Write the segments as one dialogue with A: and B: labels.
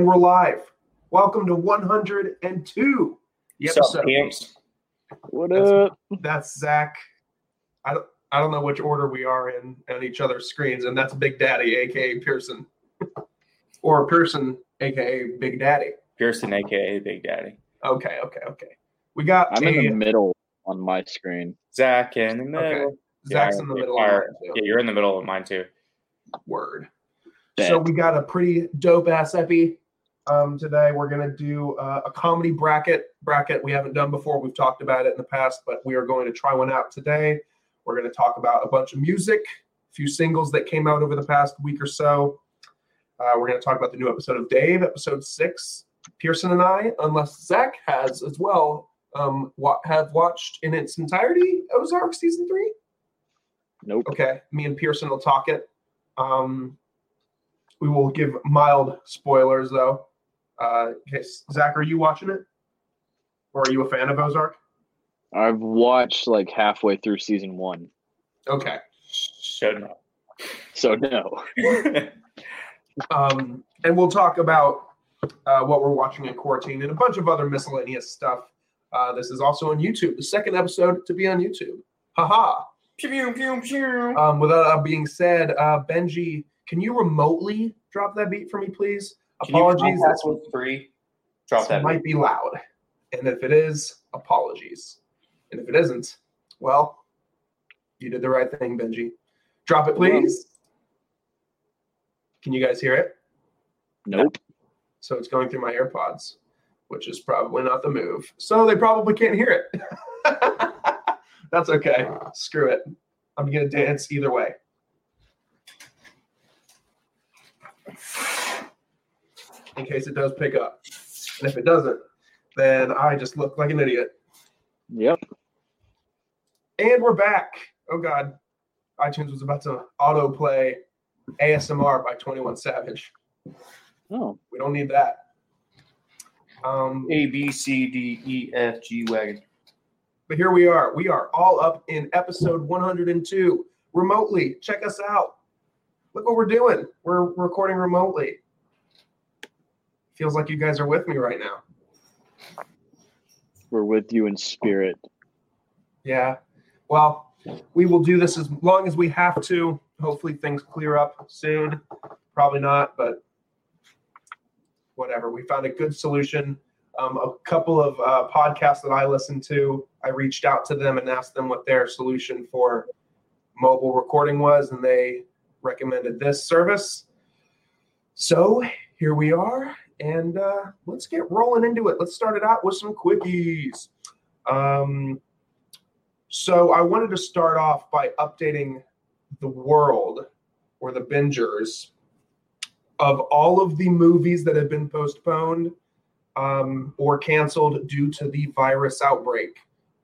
A: we're live. Welcome to 102. The
B: Sup,
A: episode.
B: pimps?
C: What
A: That's-
C: up?
A: That's Zach. I don't, I don't know which order we are in on each other's screens, and that's Big Daddy, aka Pearson, or Pearson, aka Big Daddy.
B: Pearson, aka Big Daddy.
A: Okay, okay, okay. We got
C: I'm
A: a-
C: in the middle on my screen.
B: Zach in the middle.
A: Okay. Zach's
B: Yeah,
A: in the
B: we
A: middle
B: are.
A: of it.
B: Yeah, you're in the middle of mine too.
A: word.
C: Bet.
A: So we got a pretty dope ass epi um, today. We're gonna do uh, a comedy bracket bracket we haven't done before. We've talked about it in the past, but we are going to try one out today. We're gonna talk about a bunch of music, a few singles that came out over the past week or so. Uh, we're gonna talk about the new episode of Dave, episode six. Pearson and I, unless Zach has as well, um, wa- have watched in its entirety Ozark season three.
C: Nope.
A: Okay, me and Pearson will talk it. Um, we will give mild spoilers though. Uh, in case Zach, are you watching it, or are you a fan of Ozark?
C: I've watched like halfway through season one,
A: Okay.
B: Shouldn't.
C: so no.
A: Um, and we'll talk about uh, what we're watching in quarantine and a bunch of other miscellaneous stuff. Uh, this is also on YouTube, the second episode to be on YouTube. Haha.
B: pew, pew, pew.
A: Um, with that being said, uh, Benji, can you remotely drop that beat for me, please?
B: Can you
A: Apologies.
B: drop that with three? Drop
A: This
B: that.
A: might be loud. And if it is, apologies. And if it isn't, well, you did the right thing, Benji. Drop it, please. Can you guys hear it?
C: Nope.
A: So it's going through my AirPods, which is probably not the move. So they probably can't hear it. That's okay. Screw it. I'm going to dance either way. In case it does pick up. And if it doesn't, then I just look like an idiot.
C: Yep.
A: And we're back. Oh God, iTunes was about to autoplay ASMR by Twenty One Savage.
C: Oh,
A: We don't need that. Um,
B: A B C D E F G wagon.
A: but here we are. We are all up in episode 102 remotely. Check us out. Look what we're doing. We're recording remotely. Feels like you guys are with me right now.
C: we're with you in spirit.
A: Yeah. Well, we will do this as long as we have to. Hopefully things clear up soon. Probably not, but whatever. We found a good solution. Um, a couple of uh, podcasts that I listened to, I reached out to them and asked them what their solution for mobile recording was, and they recommended this service. So here we are, and uh, let's get rolling into it. Let's start it out with some quickies. Um, so I wanted to start off by updating the world or the bingers of all of the movies that have been postponed um, or canceled due to the virus outbreak.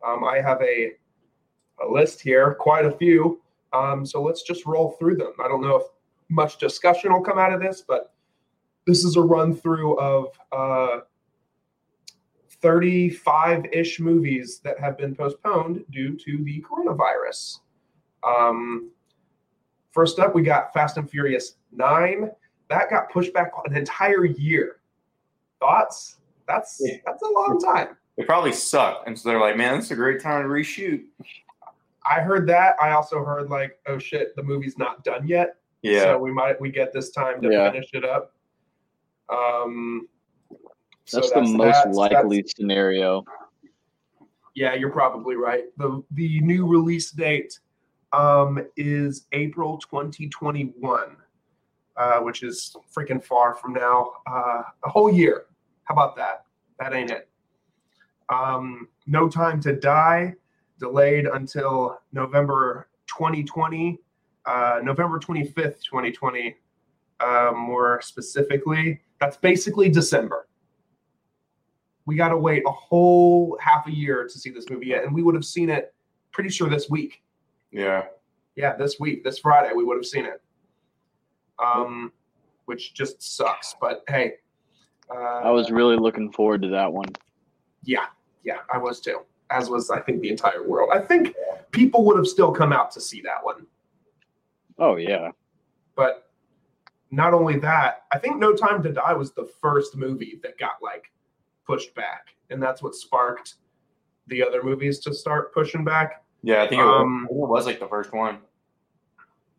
A: Um, I have a, a list here, quite a few. Um, so let's just roll through them. I don't know if much discussion will come out of this, but this is a run through of uh, 35 ish movies that have been postponed due to the coronavirus. Um, first up, we got Fast and Furious 9. That got pushed back an entire year. Thoughts? That's
B: Yeah.
A: that's a long time.
B: It probably sucked, and so they're like, "Man, this is a great time to reshoot."
A: I heard that. I also heard like, oh shit, the movie's not done yet.
B: Yeah,
A: So we might we get this time to
C: Yeah.
A: finish it up. Um so
C: That's the
A: that.
C: most
A: So that's-
C: likely scenario.
A: Yeah, you're probably right. The the new release date um, is April 2021, uh, which is freaking far from now. Uh, a whole year. How about that? That ain't it. Um, no Time to Die, delayed until November 2020, uh, November 25th, 2020, uh, more specifically. That's basically December we got to wait a whole half a year to see this movie yet, and we would have seen it pretty sure this week.
B: yeah.
A: Yeah, this week, this Friday, we would have seen it. Um, which just sucks. But hey, uh,
C: I was really looking forward to that one.
A: yeah, yeah, I was too. As was I think the entire world. I think people would have still come out to see that one,
C: Oh yeah.
A: but not only that, I think No Time to Die was the first movie that got like pushed back, and that's what sparked the other movies to start pushing back.
B: Yeah, I think it was,
A: Um,
B: it was like the first one.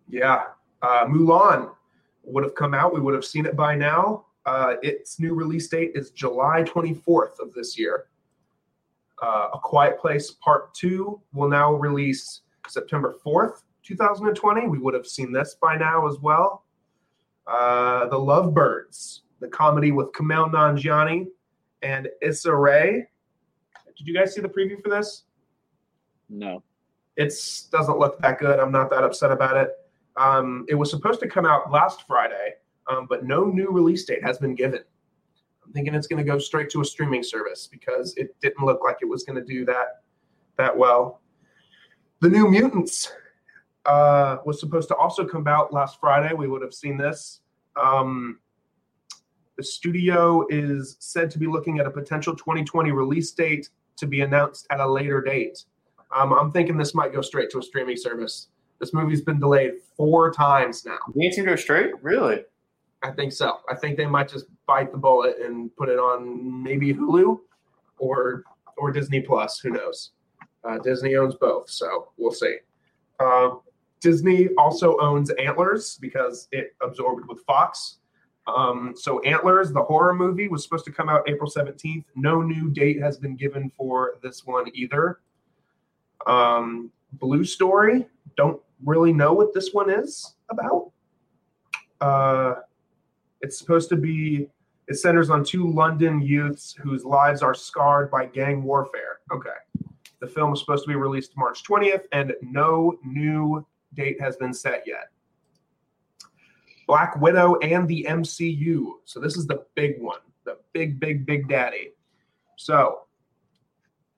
A: Yeah, uh, Mulan would have come out. We would have seen it by now. Uh, its new release date is July 24th of this year. Uh, A Quiet Place Part 2 will now release September 4th, 2020. We would have seen this by now as well. Uh, the Lovebirds, the comedy with Kamel Nanjiani and Issa Rae. Did you guys see the preview for this?
C: No.
A: it's doesn't look that good. I'm not that upset about it. Um, it was supposed to come out last Friday, um, but no new release date has been given. I'm thinking it's going to go straight to a streaming service because it didn't look like it was going to do that that well. The New Mutants uh, was supposed to also come out last Friday. We would have seen this. Um, the studio is said to be looking at a potential 2020 release date to be announced at a later date. Um, I'm thinking this might go straight to a streaming service. This movie's been delayed four times now.
B: You can go straight? Really?
A: I think so. I think they might just bite the bullet and put it on maybe Hulu or or Disney Plus. Who knows? Uh, Disney owns both, so we'll see. Uh, Disney also owns Antlers because it absorbed with Fox. Um, so Antlers, the horror movie, was supposed to come out April seventeenth. No new date has been given for this one either. Um, Blue Story, don't really know what this one is about. Uh, it's supposed to be, it centers on two London youths whose lives are scarred by gang warfare. Okay. The film is supposed to be released March 20th, and no new date has been set yet. Black Widow and the MCU. So this is the big one, the big, big, big daddy. So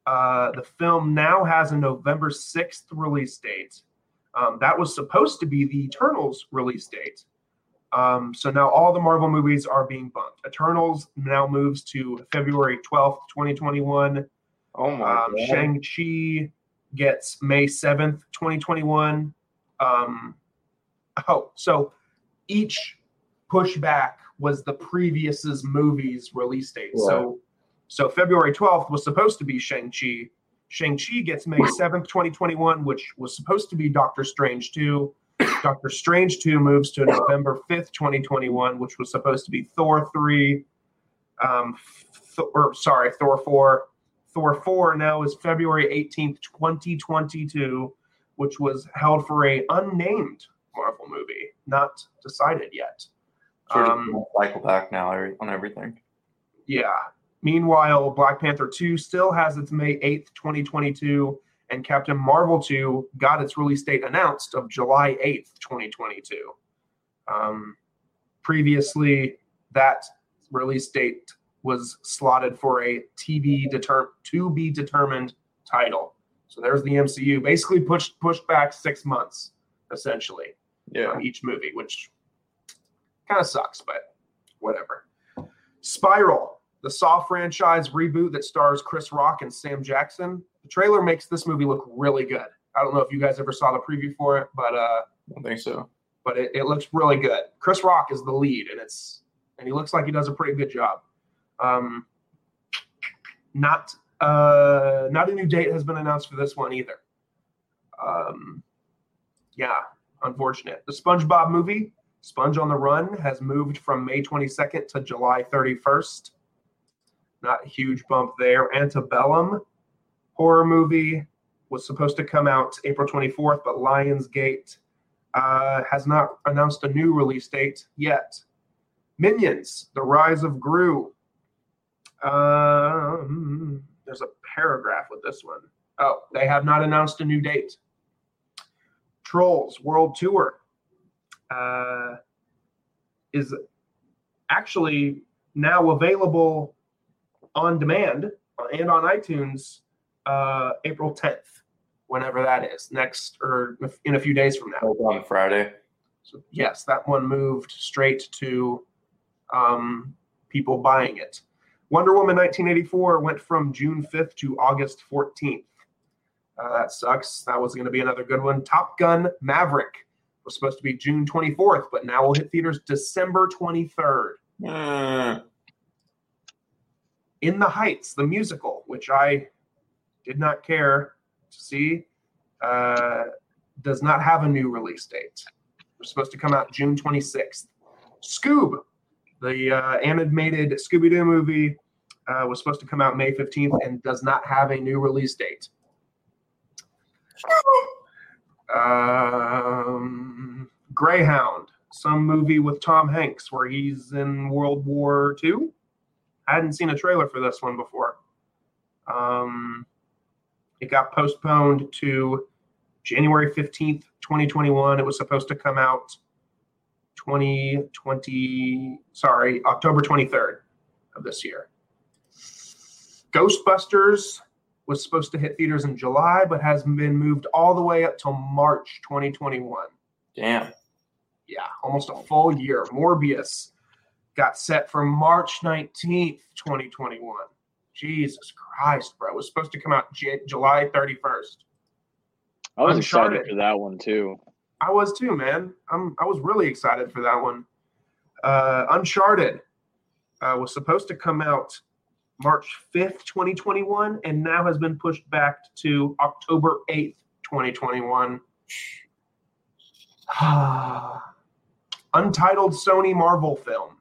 A: uh, the film now has a November 6th release date. Um, that was supposed to be the Eternals release date. Um, so now all the Marvel movies are being bumped. Eternals now moves to February 12th, 2021.
B: Oh my
A: Um,
B: god.
A: Shang-Chi gets May 7th, 2021. Um, oh, so each pushback was the previous's movie's release date. So so February 12th was supposed to be Shang-Chi. Shang-Chi gets May 7th, 2021, which was supposed to be Doctor Strange 2. Doctor Strange 2 moves to November 5th, 2021, which was supposed to be Thor 3. Um, Th- or sorry, Thor 4. Thor 4 now is February 18th, 2022, which was held for a unnamed Marvel movie, not decided yet.
B: Sort of
A: um,
B: cycle back now every- on everything.
A: Yeah. Meanwhile, Black Panther 2 still has its May 8th, 2022, and Captain Marvel 2 got its release date announced of July 8th, 2022. Um, previously, that release date was slotted for a TV deter- to be determined title. So there's the MCU basically pushed pushed back six months essentially
B: Yeah.
A: on each movie, which kind of sucks, but whatever. Spiral, the Saw franchise reboot that stars Chris Rock and Sam Jackson. The trailer makes this movie look really good. I don't know if you guys ever saw the preview for it, but uh,
B: I don't think so.
A: but it, it looks really good. Chris Rock is the lead, and it's and he looks like he does a pretty good job. Um, not uh, not a new date has been announced for this one either. Um, yeah, unfortunate. The SpongeBob movie, Sponge on the Run, has moved from May 22nd to July 31st. Not a huge bump there. Antebellum horror movie was supposed to come out April 24th, but Lionsgate uh, has not announced a new release date yet. Minions: The Rise of Gru. Um, there's a paragraph with this one. Oh, they have not announced a new date. Trolls World Tour uh, is actually now available on demand and on iTunes uh, April 10th, whenever that is, next or in a few days from now.
B: On Friday.
A: So yes, that one moved straight to um, people buying it. Wonder Woman 1984 went from June 5th to August 14th. Uh, that sucks. That was going to be another good one. Top Gun Maverick was supposed to be June 24th, but now will hit theaters December 23rd.
B: Uh,
A: In the Heights, the musical, which I did not care to see, uh, does not have a new release date. It was supposed to come out June 26th. Scoob, the uh, animated Scooby Doo movie, uh, was supposed to come out May 15th and does not have a new release date. Um, Greyhound, some movie with Tom Hanks where he's in World War II. I hadn't seen a trailer for this one before. Um, it got postponed to January 15th, 2021. It was supposed to come out 2020, sorry, October 23rd of this year. Ghostbusters was supposed to hit theaters in July, but has been moved all the way up till March 2021
B: damn.
A: yeah, almost a full year. Morbius got set for March 19th, 2021. Jesus Christ, bro. It was supposed to come out J- July 31st.
C: I was
A: Uncharted.
C: excited for that one too.
A: I was too, man. I'm, I was really excited for that one. Uh, Uncharted uh, was supposed to come out March 5th, 2021, and now has been pushed back to October 8th, 2021. Untitled Sony Marvel film.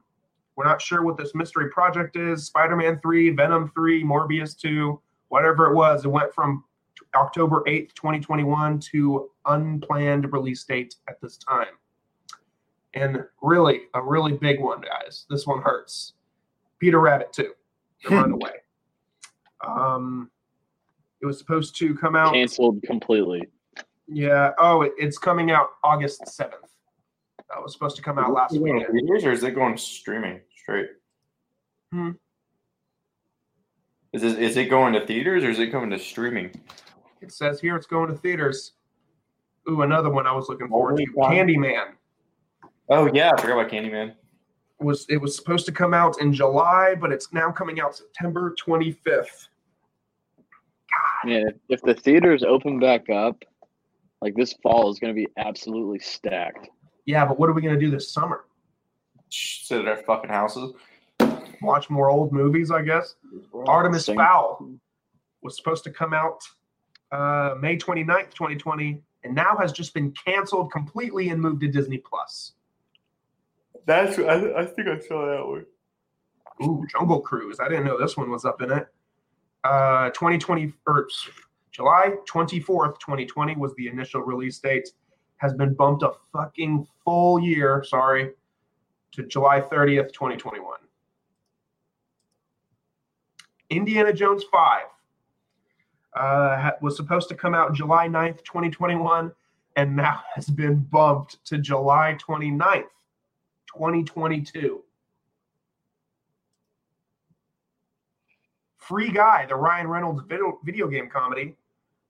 A: We're not sure what this mystery project is. Spider Man 3, Venom 3, Morbius 2, whatever it was. It went from t- October 8th, 2021 to unplanned release date at this time. And really, a really big one, guys. This one hurts. Peter Rabbit 2, The Runaway. um, it was supposed to come out.
C: Cancelled completely.
A: Yeah. Oh, it, it's coming out August seventh. That was supposed to come out last
B: Is it going to
A: weekend.
B: theaters or is it going streaming straight?
A: Hmm.
B: Is it, is it going to theaters or is it going to streaming?
A: It says here it's going to theaters. Ooh, another one I was looking forward to.
B: Holy cow.
A: Candyman
B: Oh yeah, I forgot about Candyman.
A: was it was supposed to come out in July, but it's now coming out September twenty fifth.
C: Man, if, if the theaters open back up, like this fall is going to be absolutely stacked.
A: Yeah, but what are we gonna do this summer?
B: Shh, Sit at our fucking houses.
A: Watch more old movies, I guess. Artemis
C: Oh, Same.
A: Fowl was supposed to come out uh, May 29th, 2020, and now has just been canceled completely and moved to Disney Plus.
B: That's I, I think I saw that one.
A: Ooh, Jungle Cruise. I didn't know this one was up in it. Uh, 2020, or July 24th, 2020 was the initial release date. Has been bumped a fucking full year, sorry, to July 30th, 2021. Indiana Jones 5 uh, ha- was supposed to come out July 9th, 2021, and now has been bumped to July 29th, 2022. Free Guy, the Ryan Reynolds video, video game comedy,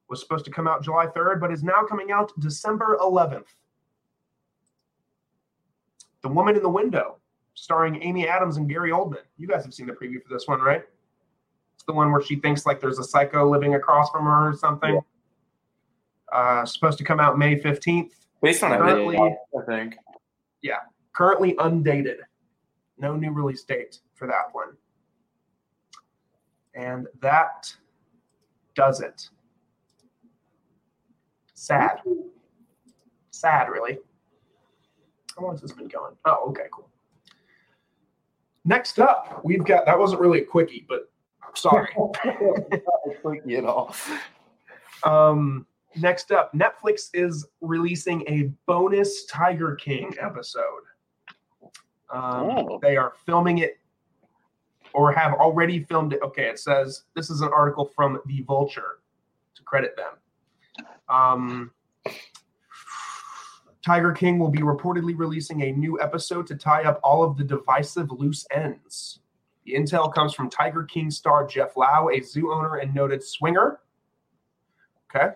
A: was supposed to come out July 3rd, but is now coming out December 11th. The Woman in the Window, starring Amy Adams and Gary Oldman. You guys have seen the preview for this one, right? It's the one where she thinks like there's a psycho living across from her or something. Uh, supposed to come out May 15th.
B: Based on a
C: Currently-
B: video, I think.
A: Currently undated. No new release date for that one. And that does it. Sad. Sad, really. How long has this been going? Oh, okay, cool. Next up, we've got that wasn't really a quickie, but sorry.
B: Clicky at all.
A: Um, next up, Netflix is releasing a bonus Tiger King episode. Um,
C: Oh.
A: They are filming it or have already filmed it. Okay, it says this is an article from The Vulture to credit them. Um, Tiger King will be reportedly releasing a new episode to tie up all of the divisive loose ends. The intel comes from Tiger King star Jeff Lau, a zoo owner and noted swinger. Okay.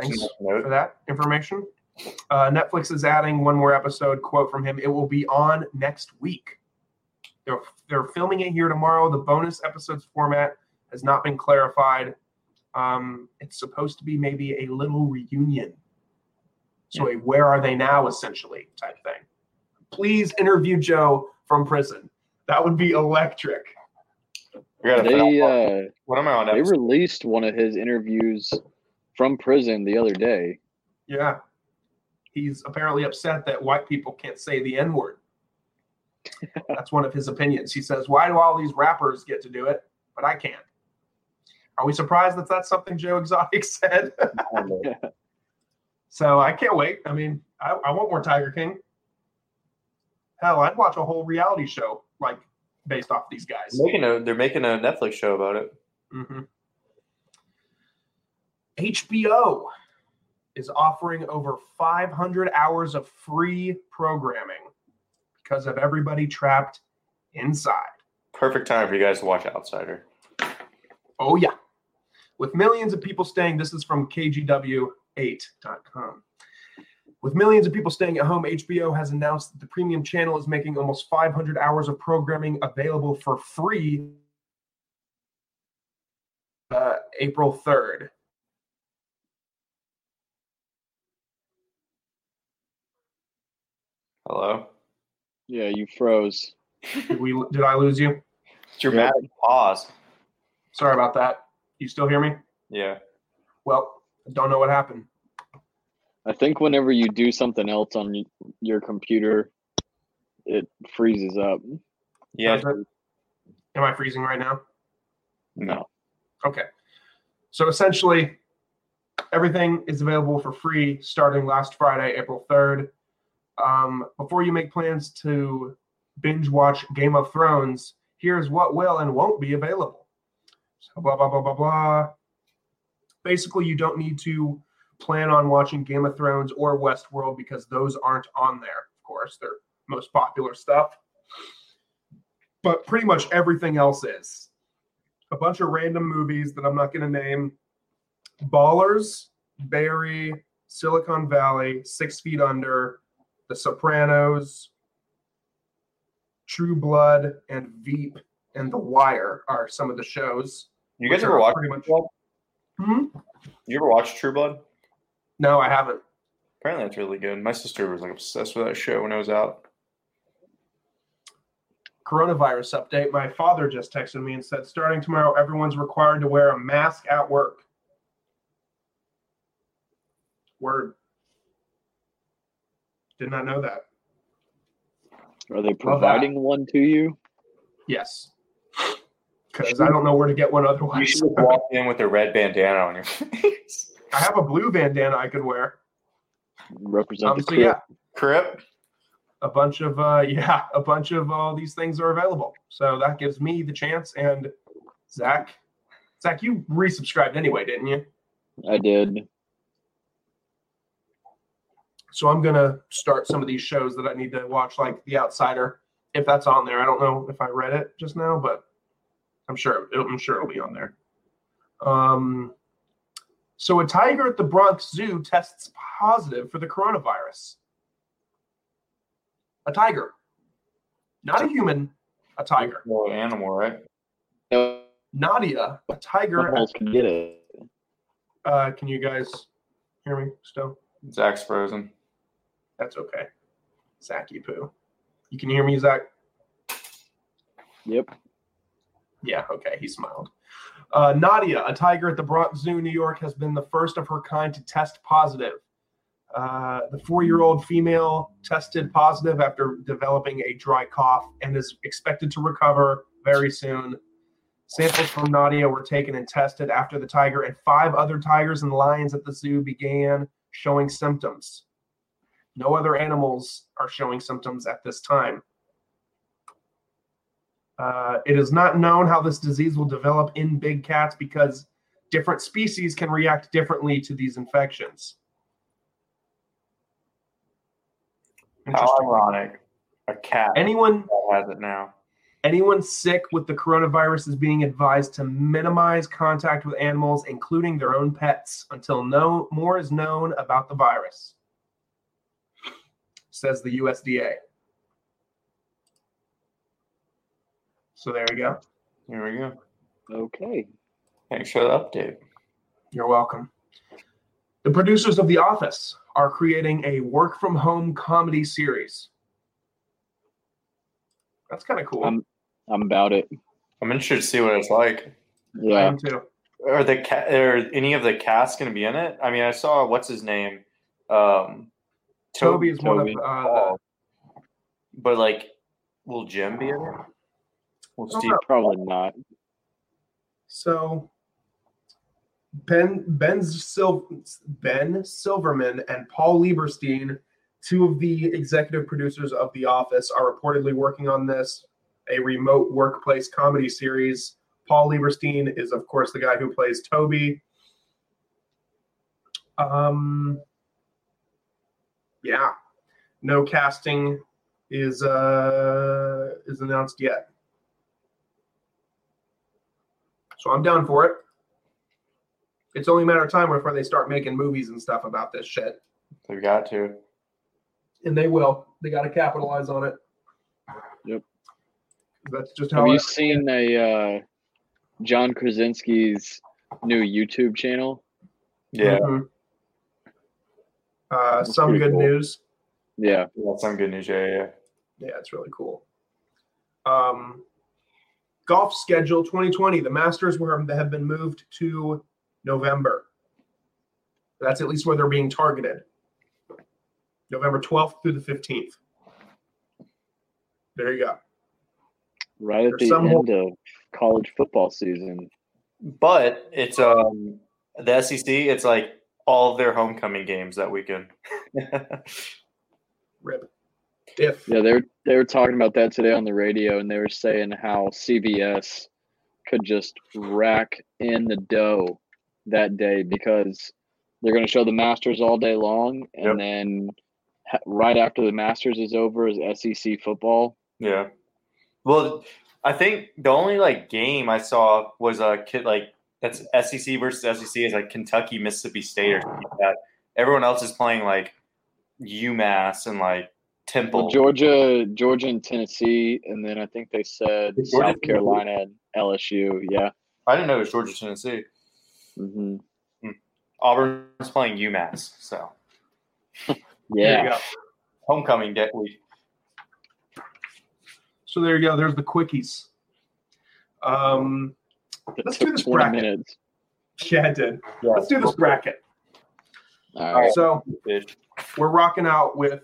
A: Thanks for that information. Uh, Netflix is adding one more episode quote from him. It will be on next week. They're, they're filming it here tomorrow. The bonus episodes format has not been clarified. Um, it's supposed to be maybe a little reunion. So a where are they now essentially type thing. Please interview Joe from prison. That would be electric.
B: I gotta
C: They
B: find out what-
C: uh,
B: what am I on?
C: they
B: episode-
C: released one of his interviews from prison the other day.
A: Yeah. He's apparently upset that white people can't say the N word. That's one of his opinions. He says, Why do all these rappers get to do it, but I can't? Are we surprised that that's something Joe Exotic said? so I can't wait. I mean, I, I want more Tiger King. Hell, I'd watch a whole reality show like based off these guys.
B: Making a, they're making a Netflix show about it.
A: hmm HBO is offering over 500 hours of free programming because of everybody trapped inside.
B: Perfect time for you guys to watch Outsider.
A: Oh, yeah. With millions of people staying, this is from KGW8.com. With millions of people staying at home, HBO has announced that the premium channel is making almost 500 hours of programming available for free uh, April 3rd.
B: Hello.
C: Yeah, you froze.
A: Did we? Did I lose you?
B: Dramatic pause.
A: Sorry about that. You still hear me?
B: Yeah.
A: Well, I don't know what happened.
C: I think whenever you do something else on y- your computer, it freezes up.
B: Yeah.
A: Does it? Am I freezing right now?
B: No.
A: Okay. So essentially, everything is available for free starting last Friday, April 3rd. Um, before you make plans to binge watch Game of Thrones, here's what will and won't be available. So, blah, blah, blah, blah, blah. Basically, you don't need to plan on watching Game of Thrones or Westworld because those aren't on there, of course. They're most popular stuff. But pretty much everything else is a bunch of random movies that I'm not going to name. Ballers, Barry, Silicon Valley, Six Feet Under, The Sopranos, True Blood, and Veep, and The Wire are some of the shows.
B: You guys
A: which
B: ever
A: are
B: watch?
A: pretty much-
B: Blood?
A: Hmm?
B: You ever watch True Blood?
A: No, I haven't.
B: Apparently, that's really good. My sister was like obsessed with that show when I was out.
A: Coronavirus update. My father just texted me and said, starting tomorrow, everyone's required to wear a mask at work. Word. Did not know that.
C: Are
A: Well,
C: they
A: that-
C: providing one to you?
A: Yes. Because I don't know where to get one
B: You
A: otherwise.
B: should have walked in with a red bandana on your face.
A: I have a blue bandana I could wear.
C: Represent
A: Um,
C: the
A: so
C: crew.
A: yeah,
B: Crip.
A: a bunch of uh, yeah, a bunch of all these things are available. So that gives me the chance. And Zach, Zach, you resubscribed anyway, didn't you?
C: I did.
A: So I'm gonna start some of these shows that I need to watch, like The Outsider, if that's on there. I don't know if I read it just now, but I'm sure it'll, I'm sure it'll be on there. Um, so a tiger at the Bronx Zoo tests positive for the coronavirus. A tiger, not a human, a tiger.
B: Well, animal, right?
C: No
A: Nadia, a tiger.
C: one else can get it.
A: Uh, can you guys hear me still?
B: Zach's frozen.
A: That's okay. Zacky poo. You can hear me, Zach.
C: Yep.
A: Yeah, okay, he smiled. Uh, Nadia, a tiger at the Bronx Zoo, New York, has been the first of her kind to test positive. Uh, the four year old female tested positive after developing a dry cough and is expected to recover very soon. Samples from Nadia were taken and tested after the tiger and five other tigers and lions at the zoo began showing symptoms. No other animals are showing symptoms at this time. Uh, it is not known how this disease will develop in big cats because different species can react differently to these infections.
B: How
A: Interesting.
B: ironic. A cat
A: Anyone
B: has it now.
A: Anyone sick with the coronavirus is being advised to minimize contact with animals, including their own pets, until no more is known about the virus, says the USDA. So there you go.
B: Here we go.
C: Okay.
B: Thanks for the update.
A: You're welcome. The producers of The Office are creating a work from home comedy series. That's kind of cool.
C: Um, I'm about it.
B: I'm interested to see what it's like.
A: I
C: Yeah.
A: am too.
B: Are the ca- are any of the cast going to be in it? I mean, I saw what's his name, um,
A: Toby is one of uh,
C: Toby.
A: the,
B: Paul. but like, will Jim be in it? Will
A: don't
B: Steve?
A: know.
C: Probably not.
A: so Ben Ben Sil- Ben Silverman and Paul Lieberstein, two of the executive producers of The Office, are reportedly working on this a remote workplace comedy series. Paul Lieberstein is, of course, the guy who plays Toby. Um, yeah, no casting is uh, is announced yet, so I'm down for it. It's only a matter of time before they start making movies and stuff about this shit,
B: They've got to.
A: and they will. They got to capitalize on it.
C: Yep.
A: That's just how.
C: Have you
A: it-
C: seen a uh, John Krasinski's new YouTube channel?
B: Yeah,
A: Mhm. Uh,
C: That's
A: some
C: pretty
A: good
C: cool.
A: news.
C: Yeah.
A: Hmm.
B: that's some good news. Yeah, yeah.
A: Yeah, it's really cool. Um, golf schedule 2020. The Masters were have been moved to November. That's at least where they're being targeted. November 12th through the 15th. There you go.
C: Right at
A: There's
C: the
A: some-
C: end of college football season.
B: But it's um the SEC. It's like all of their homecoming games that weekend.
A: Rip. Diff.
C: Yeah, they were they were talking about that today on the radio, and they were saying how CBS could just rack in the dough that day because they're going to show the Masters all day long, and
B: Yep.
C: then ha- right after the Masters is over is SEC football.
B: Yeah. Well, I think the only like game I saw was a kid like that's SEC versus SEC is like Kentucky, Mississippi State, or something like that. Everyone else is playing like UMass and like Temple.
A: Oh.
C: Well, Georgia, Georgia, and Tennessee, and then I think they said
B: Georgia,
C: South
B: Tennessee?
C: Carolina and LSU. Yeah,
B: I didn't know it was Georgia, Tennessee.
C: hmm
B: Auburn's playing UMass, so
A: There
C: yeah.
A: you go.
B: homecoming day week.
A: So there you go. There's the quickies. Um,
C: That
A: Let's
C: took
A: do this
C: twenty
A: bracket.
C: minutes.
A: yeah, it did.
B: Yeah,
A: Let's do this bracket.
C: All
A: All
C: right.
A: right. So
B: bitch.
A: we're rocking out with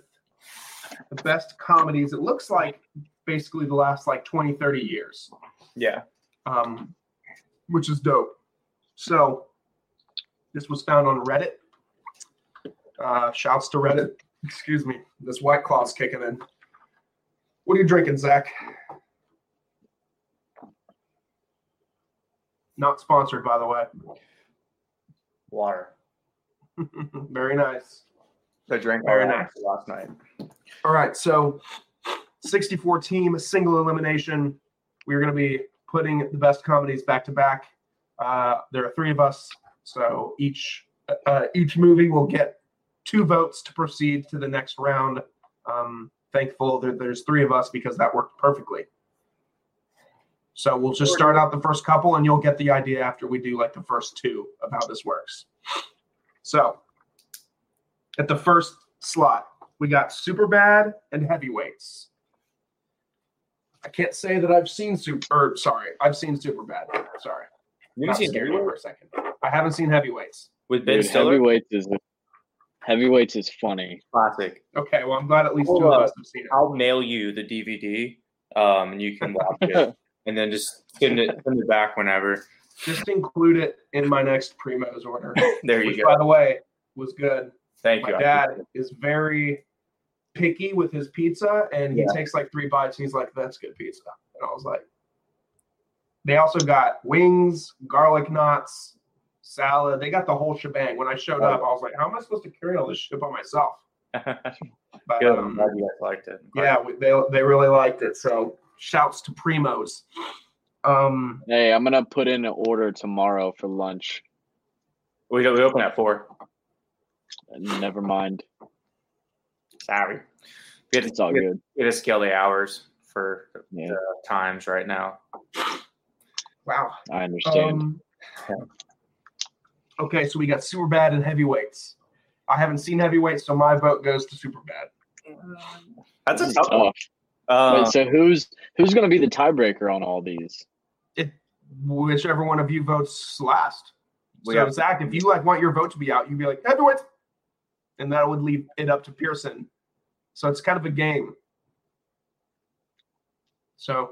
A: the best comedies. It looks like basically the last like 20, 30 years,
B: yeah.
A: um, which is dope. So this was found on Reddit. Uh, shouts to Reddit. Excuse me. This White Claw's kicking in. What are you drinking, Zach? Not sponsored, by the way.
B: Water.
A: Very nice.
B: I drank
A: Very
B: all that last night.
A: All right, so 64 team single elimination. We're going to be putting the best comedies back to back. Uh, There are three of us, so each uh, each movie will get two votes to proceed to the next round. Um, thankful that there's three of us because that worked perfectly. So we'll just start out the first couple, and you'll get the idea after we do like the first two of how this works. So at the first slot, we got super bad and heavyweights. I can't say that I've seen super. Or, sorry, I've seen super bad. Sorry,
B: You
A: Got scared for a second. I haven't seen heavyweights.
B: with
C: Dude, heavyweights is heavyweights is funny.
B: Classic.
A: Okay, well I'm glad at least
B: Hold
A: two of
B: up.
A: us have seen it.
B: I'll mail you the DVD, um, and you can watch it, and then just send it send it back whenever.
A: Just include it in my next Primo's order,
B: There
A: which
B: you
A: by
B: go.
A: the way was good.
B: Thank
A: My
B: you.
A: dad is very picky with his pizza, and he
B: Yeah.
A: takes like three bites, and he's like, "That's good pizza," and I was like. They also got wings, garlic knots, salad. They got the whole shebang. When I showed up, I was like, "How am I supposed to carry all this shit by myself?" But
B: Good. I'm
A: um,
B: glad you guys liked it.
A: yeah, we- they they really liked it. So shouts to Primos. Um,
C: Hey, I'm gonna put in an order tomorrow for lunch.
B: We, we open at four.
C: Never mind.
B: Sorry. We had
C: It's
B: to,
C: all
B: we
C: good.
B: had to scale the hours for the
C: Yeah,
B: times right now.
A: wow.
C: I understand.
A: Um, Okay, so we got super bad and heavyweights. I haven't seen heavyweights, so my vote goes to super bad.
B: That's
C: This
B: a
C: is
B: tough one.
C: tough.
B: Uh,
C: Wait, so who's who's going to be the tiebreaker on all these?
A: Whichever one of you votes last.
B: We
A: so
B: have-
A: Zach, if you like want your vote to be out, you'd be like heavyweights, and that would leave it up to Pearson. So it's kind of a game. So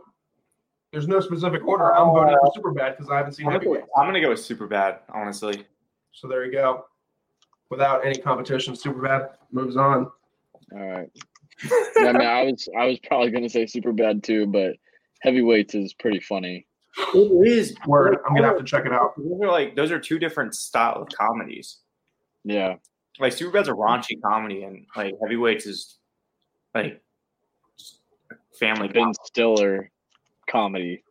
A: there's no specific order.
B: Oh.
A: I'm voting for super bad because I haven't seen
B: I'm
A: heavyweights.
B: gonna go with super bad, honestly.
A: So there you go. Without any competition, Superbad moves on.
C: All right. Yeah, I mean, I was I was probably going to say super bad too, but heavyweights is pretty funny.
B: It is
A: Word. I'm gonna have to check it out.
B: Those are like those are two different style of comedies.
C: Yeah,
B: Like Superbad's a raunchy comedy, and like Heavyweights is like just a family.
C: Ben Stiller comedy.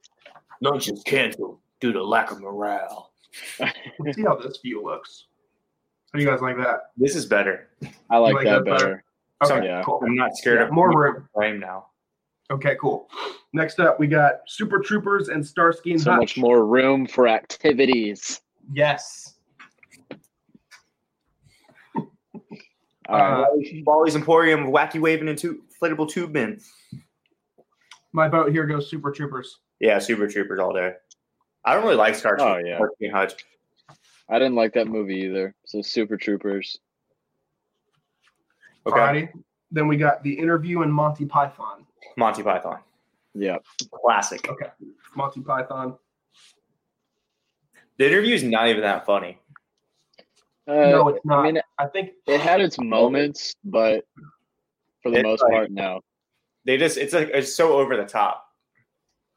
B: Lunch is canceled due to lack of morale.
A: Let's see how this view looks. How do you guys like that?
B: This is better.
C: I like,
A: like
C: that,
A: that better?
C: better.
A: Okay,
C: Yeah.
A: cool.
B: I'm not scared of
A: More room.
B: frame now.
A: Okay, cool. Next up, we got Super Troopers and Starsky and
C: So
A: Hutch.
C: much more room for activities.
A: Yes.
C: All right.
A: Uh,
B: Bali's Emporium, wacky waving and two inflatable tube men.
A: my vote here goes Super Troopers.
B: Yeah, Super Troopers all day. I don't really like Star
C: Oh,
B: Troopers.
C: yeah.
B: and Hutch.
C: I didn't like that movie either. So Super Troopers.
B: Okay.
A: Alrighty. Then we got the interview and Monty Python.
B: Monty Python,
C: Yeah.
B: classic.
A: Okay. Monty Python.
B: The interview's not even that funny.
C: Uh,
A: No, it's
C: I
A: not.
C: mean,
A: I think
C: it had its moments, but for the
B: It's
C: most
B: like-
C: part, no.
B: They just it's like it's so over the top.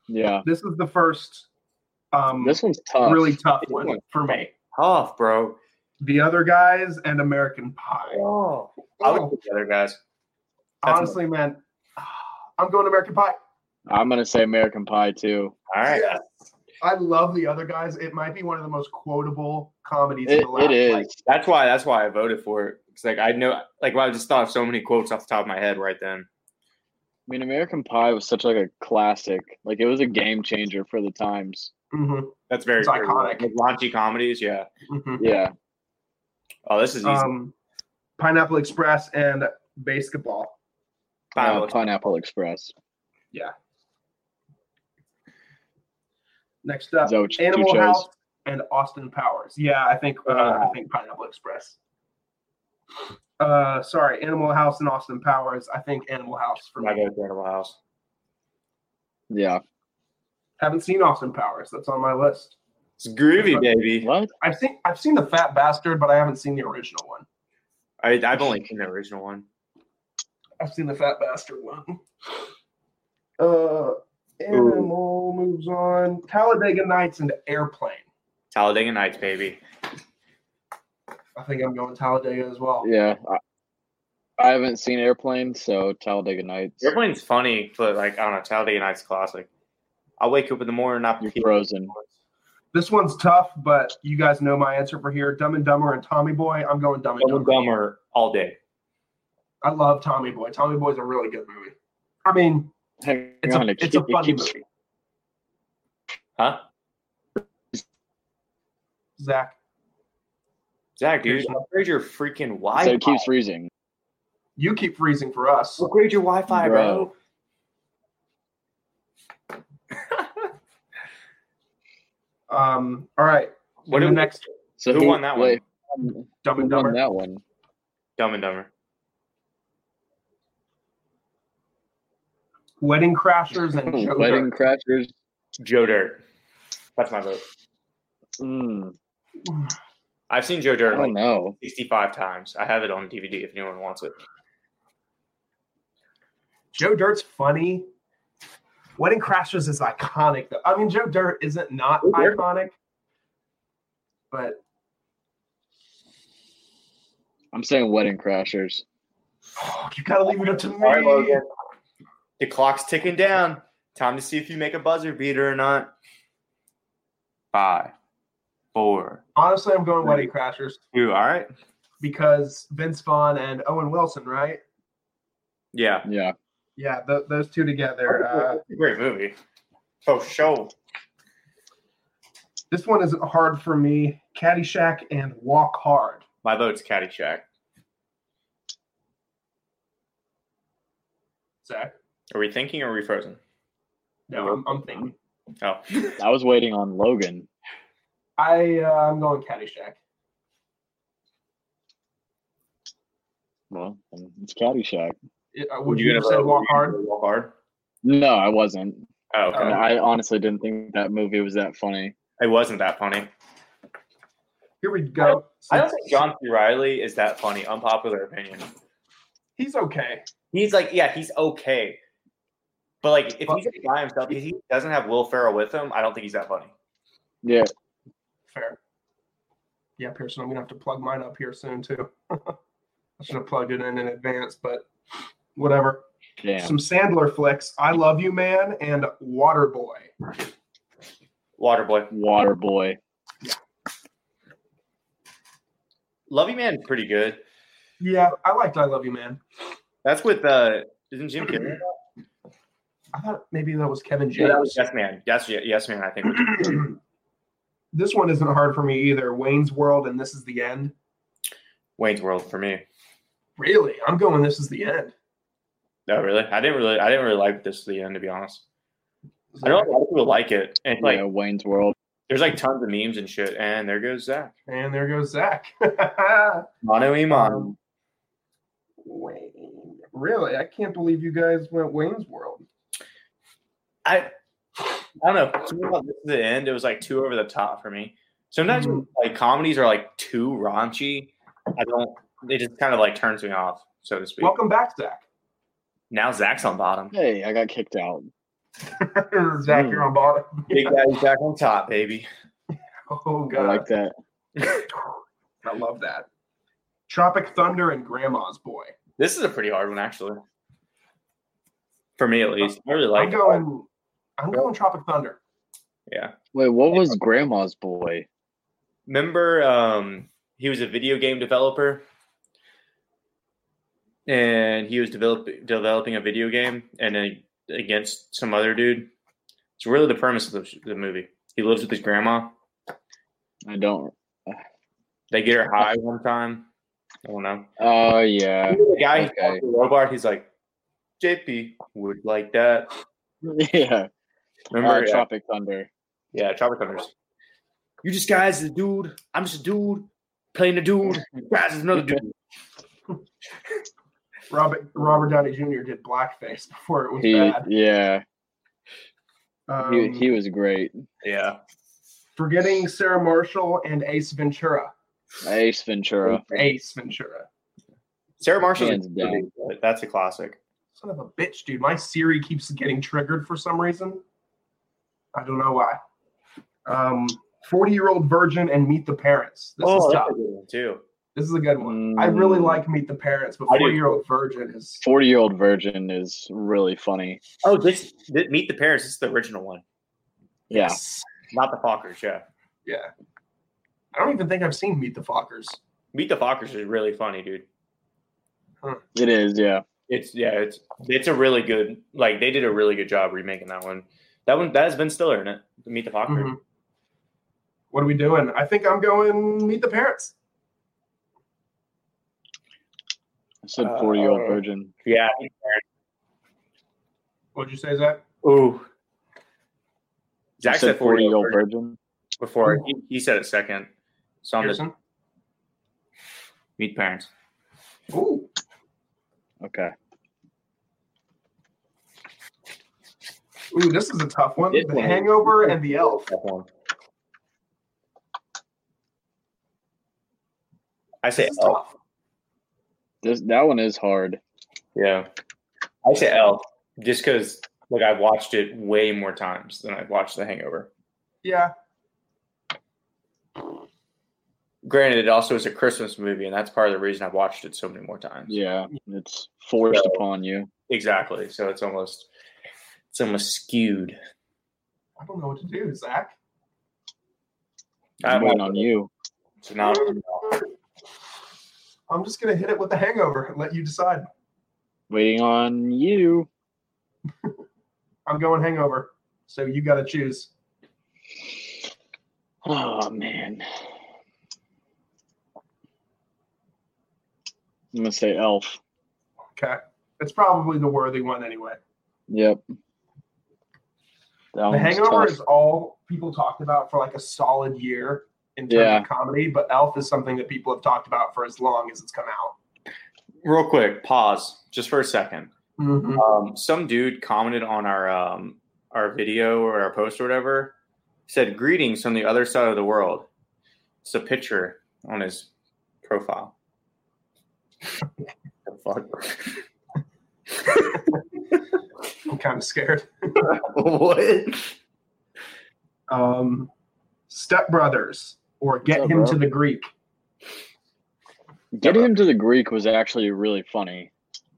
C: Yeah.
A: this is the first um
C: uh, This one's tough.
A: really tough
B: This
A: one
B: one's
A: for me.
B: Tough, bro.
A: The other guys and American Pie.
B: Oh, I would pick the other guys. That's
A: Honestly, man, I'm going American Pie.
C: I'm gonna say American Pie too.
B: All right.
A: Yes. I love the other guys. It might be one of the most quotable comedies.
C: It,
A: of the
C: it
A: last,
C: is.
A: Like,
B: That's why. That's why I voted for it. Cause like I know, like well, I just thought of so many quotes off the top of my head right then.
C: I mean, American Pie was such like a classic. Like it was a game changer for the times.
A: mhm,
B: That's very
A: It's iconic.
B: Like, raunchy comedies, yeah.
A: mhm.
C: Yeah.
B: Oh, this is easy.
A: Um, Pineapple Express and basketball.
C: Pineapple,
B: Final-
C: uh, Pineapple Express.
A: Next up,
C: So, ch-
A: Animal
C: two shows.
A: House and Austin Powers. Yeah, I think uh,
B: Ah.
A: I think Pineapple Express. Uh, sorry, Animal House and Austin Powers. I think Animal House for
B: I
A: me.
B: go with Animal House.
C: Yeah.
A: Haven't seen Austin Powers. That's on my list.
B: It's groovy, baby.
C: What?
A: I've seen I've seen the Fat Bastard, but I haven't seen the original one.
B: I, I've only seen the original one.
A: I've seen the Fat Bastard one. Uh, Animal moves on. Talladega Nights and Airplane.
B: Talladega Nights, baby.
A: I think I'm going Talladega as well.
C: Yeah. I, I haven't seen Airplane, so Talladega Nights.
B: Airplane's funny, but like I don't know. Talladega Nights, classic. I wake up in the morning, not
C: You're frozen.
A: This one's tough, but you guys know my answer for here. Dumb and Dumber and Tommy Boy. I'm going Dumb and
B: Dumb
A: Dumber.
B: and Dumber all day.
A: I love Tommy Boy. Tommy Boy's a really good movie. I mean,
C: Hang
A: it's a,
C: on, it
A: it's a
C: keep- it
A: funny
C: keeps-
A: movie.
B: Huh?
A: Zach,
B: Zach, dude, upgrade your freaking Wi-Fi.
C: So it keeps freezing.
A: you keep freezing for us.
B: Upgrade your Wi-Fi,
C: Bro.
B: bro.
A: Um, all right.
B: What
A: What the
B: do we-
A: next
C: So
B: Who won that one?
C: wait,
A: Dumb
C: Who
A: and
C: won
A: Dumber?
C: that one?
B: Dumb and Dumber.
A: Wedding Crashers and Joker.
C: Hmm, Wedding Crashers.
B: Joe Dirt. That's my vote.
C: Mm,
B: I've seen Joe
C: I
B: Dirt like
C: don't know.
B: 65 times. I have it on DVD if anyone wants it.
A: Joe Dirt's funny. Wedding Crashers is iconic, though. I mean, Joe Dirt isn't not
B: Joe Dirt.
A: iconic, but
C: I'm saying Wedding Crashers.
A: oh, you gotta leave it up to me.
B: The clock's ticking down. Time to see if you make a buzzer beater or not. Five, four,
A: Honestly, I'm going Wedding Crashers
B: two. All right.
A: because Vince Vaughn and Owen Wilson, right?
B: Yeah.
C: Yeah.
A: Yeah, th- those two together. Uh,
B: Great movie. Oh, show.
A: this one isn't hard for me. Caddyshack and Walk Hard.
B: My vote's Caddyshack.
A: Zach?
B: Are we thinking or are we frozen?
A: No, I'm,
B: Uh-huh.
A: I'm thinking.
B: Oh.
C: I was waiting on Logan.
A: I, uh, I'm going Caddyshack.
C: Well, then it's Caddyshack.
A: It- uh, Would you have said
B: vote-
A: Walk Hard?
B: Walk hard.
C: No, I wasn't.
B: Oh,
A: Oh.
C: And
B: okay.
C: I honestly didn't think that movie was that funny.
B: It wasn't that funny.
A: Here we go.
B: I don't think John C. Riley is that funny. Unpopular opinion.
A: He's okay.
B: He's like, yeah, he's okay, but like if he's by himself, if he doesn't have Will Ferrell with him, I don't think he's that funny.
C: Yeah,
A: Fair. Yeah, Pearson, I'm gonna have to plug mine up here soon too. I should have plugged it in in advance, but whatever.
C: damn.
A: Some Sandler flicks: "I Love You Man" and "Waterboy."
B: Waterboy,
C: Water boy.
B: Lovey Man, pretty good.
A: Yeah, I liked "I Love You Man."
B: That's with uh, isn't Jim Carrey? in that?
A: I thought maybe that was Kevin
B: Yeah, that was
A: James.
B: Yes Man. Yes, Ye- Yes Man. I think.
A: this one isn't hard for me either. Wayne's World and This Is the End.
B: Wayne's World for me.
A: Really, I'm going. This is the end.
B: No, really. I didn't really. I didn't really like this to the end, to be honest. I know a lot of people like it, and like
C: yeah, Wayne's World.
B: there's like tons of memes and shit. And there goes Zach.
A: And there goes Zach.
B: Mono Iman.
A: Um, Wayne. Really, I can't believe you guys went Wayne's World.
B: I I don't know. Something about this is the end. It was like too over the top for me. Sometimes
A: Mhm.
B: like comedies are like too raunchy. I don't. It just kind of like turns me off, so to speak.
A: Welcome back, Zach.
B: Now Zach's on bottom.
C: Hey, I got kicked out. Hmm.
A: Zach, you're on bottom.
B: Big guy's back on top, baby.
A: Oh
C: I
A: god,
C: like that.
A: I love that. Tropic Thunder and Grandma's Boy.
B: This is a pretty hard one, actually. For me, at least, I really
A: Uh, I'm
B: like.
A: going. I'm going Tropic Thunder.
B: Yeah.
C: Wait, what was Grandma's boy?
B: Remember, um, he was a video game developer, and he was develop- developing a video game and then against some other dude. It's really the premise of the, sh- the movie. He lives with his grandma.
C: I don't.
B: They get her high one time. I don't know.
C: Oh yeah.
B: Remember the guy who
C: okay.
B: talks to the robot, he's like, "JP would like that."
C: Yeah.
B: Remember?
C: Uh,
B: yeah.
C: Tropic Thunder.
B: Yeah, Tropic Thunders. You just guys is a dude. I'm just a dude playing a dude. You guys is another dude.
A: Robert Robert Downey Jr. did blackface before it was
C: He,
A: bad.
C: yeah,
A: Um,
C: he, he was great.
B: Yeah.
A: forgetting Sarah Marshall and Ace Ventura.
C: Ace Ventura.
A: Ace Ventura.
B: Sarah Marshall.
C: Hands down.
B: That's a classic.
A: Son of a bitch, dude. My Siri keeps getting triggered for some reason. I don't know why. Um, 40 year old virgin and meet the parents. This
C: Oh,
A: is tough.
B: a good one too.
A: This is a good one. I really like Meet the Parents, but
B: Mm. I do.
A: 40 year old virgin is.
C: Forty year old virgin is really funny.
B: Oh, this, th- Meet the Parents. This is the original one,
C: Yeah.
B: not the Fockers. Yeah,
A: Yeah. I don't even think I've seen Meet the Fockers.
B: Meet the Fockers is really funny, dude.
C: It is, yeah.
B: It's yeah, it's it's a really good. Like they did a really good job remaking that one. That one that has Ben Stiller in it. Meet the Fockers.
A: Mhm. What are we doing? I think I'm going Meet the Parents.
C: I said
B: Uh,
C: forty year old virgin.
B: Yeah.
A: What'd you say, Zach?
B: Ooh.
C: I
B: Zach
C: said
B: said
C: forty year old
B: forty
C: virgin.
B: before he, he said it second. So I'm just
A: Pearson?
B: Meet the Parents.
A: Ooh.
C: Okay.
A: Ooh, this is a tough one.
B: This
A: The
B: one-
A: Hangover and the Elf.
B: That one. I say
A: This is
B: Elf.
A: tough.
C: This that one is hard.
B: Yeah. I say Elf just because like I've watched it way more times than I've watched The Hangover.
A: Yeah.
B: Granted, it also is a Christmas movie, and that's part of the reason I've watched it so many more times.
C: Yeah. It's forced
B: So-
C: upon you.
B: Exactly. So it's almost it's almost skewed.
A: I don't know what to do, Zach.
B: I'm
C: I'm waiting on you.
B: So now
A: I'm just gonna hit it with the hangover and let you decide.
C: Waiting on you.
A: I'm going hangover, so you gotta choose.
C: Oh man. I'm gonna say Elf.
A: Okay. It's probably the worthy one anyway.
C: Yep. That
A: the
C: one's
A: Hangover
C: tough.
A: is all people talked about for like a solid year in terms
C: Yeah.
A: of comedy, but Elf is something that people have talked about for as long as it's come out.
B: Real quick, pause just for a second.
A: Mm-hmm.
B: Um, some dude commented on our um, our video or our post or whatever. Said greetings from the other side of the world. It's a picture on his profile. The fuck?
A: I'm kind of scared.
B: what?
A: Um, Step Brothers or Get
C: up,
A: Him
C: bro?
A: to the Greek.
C: Getting him to the Greek was actually really funny,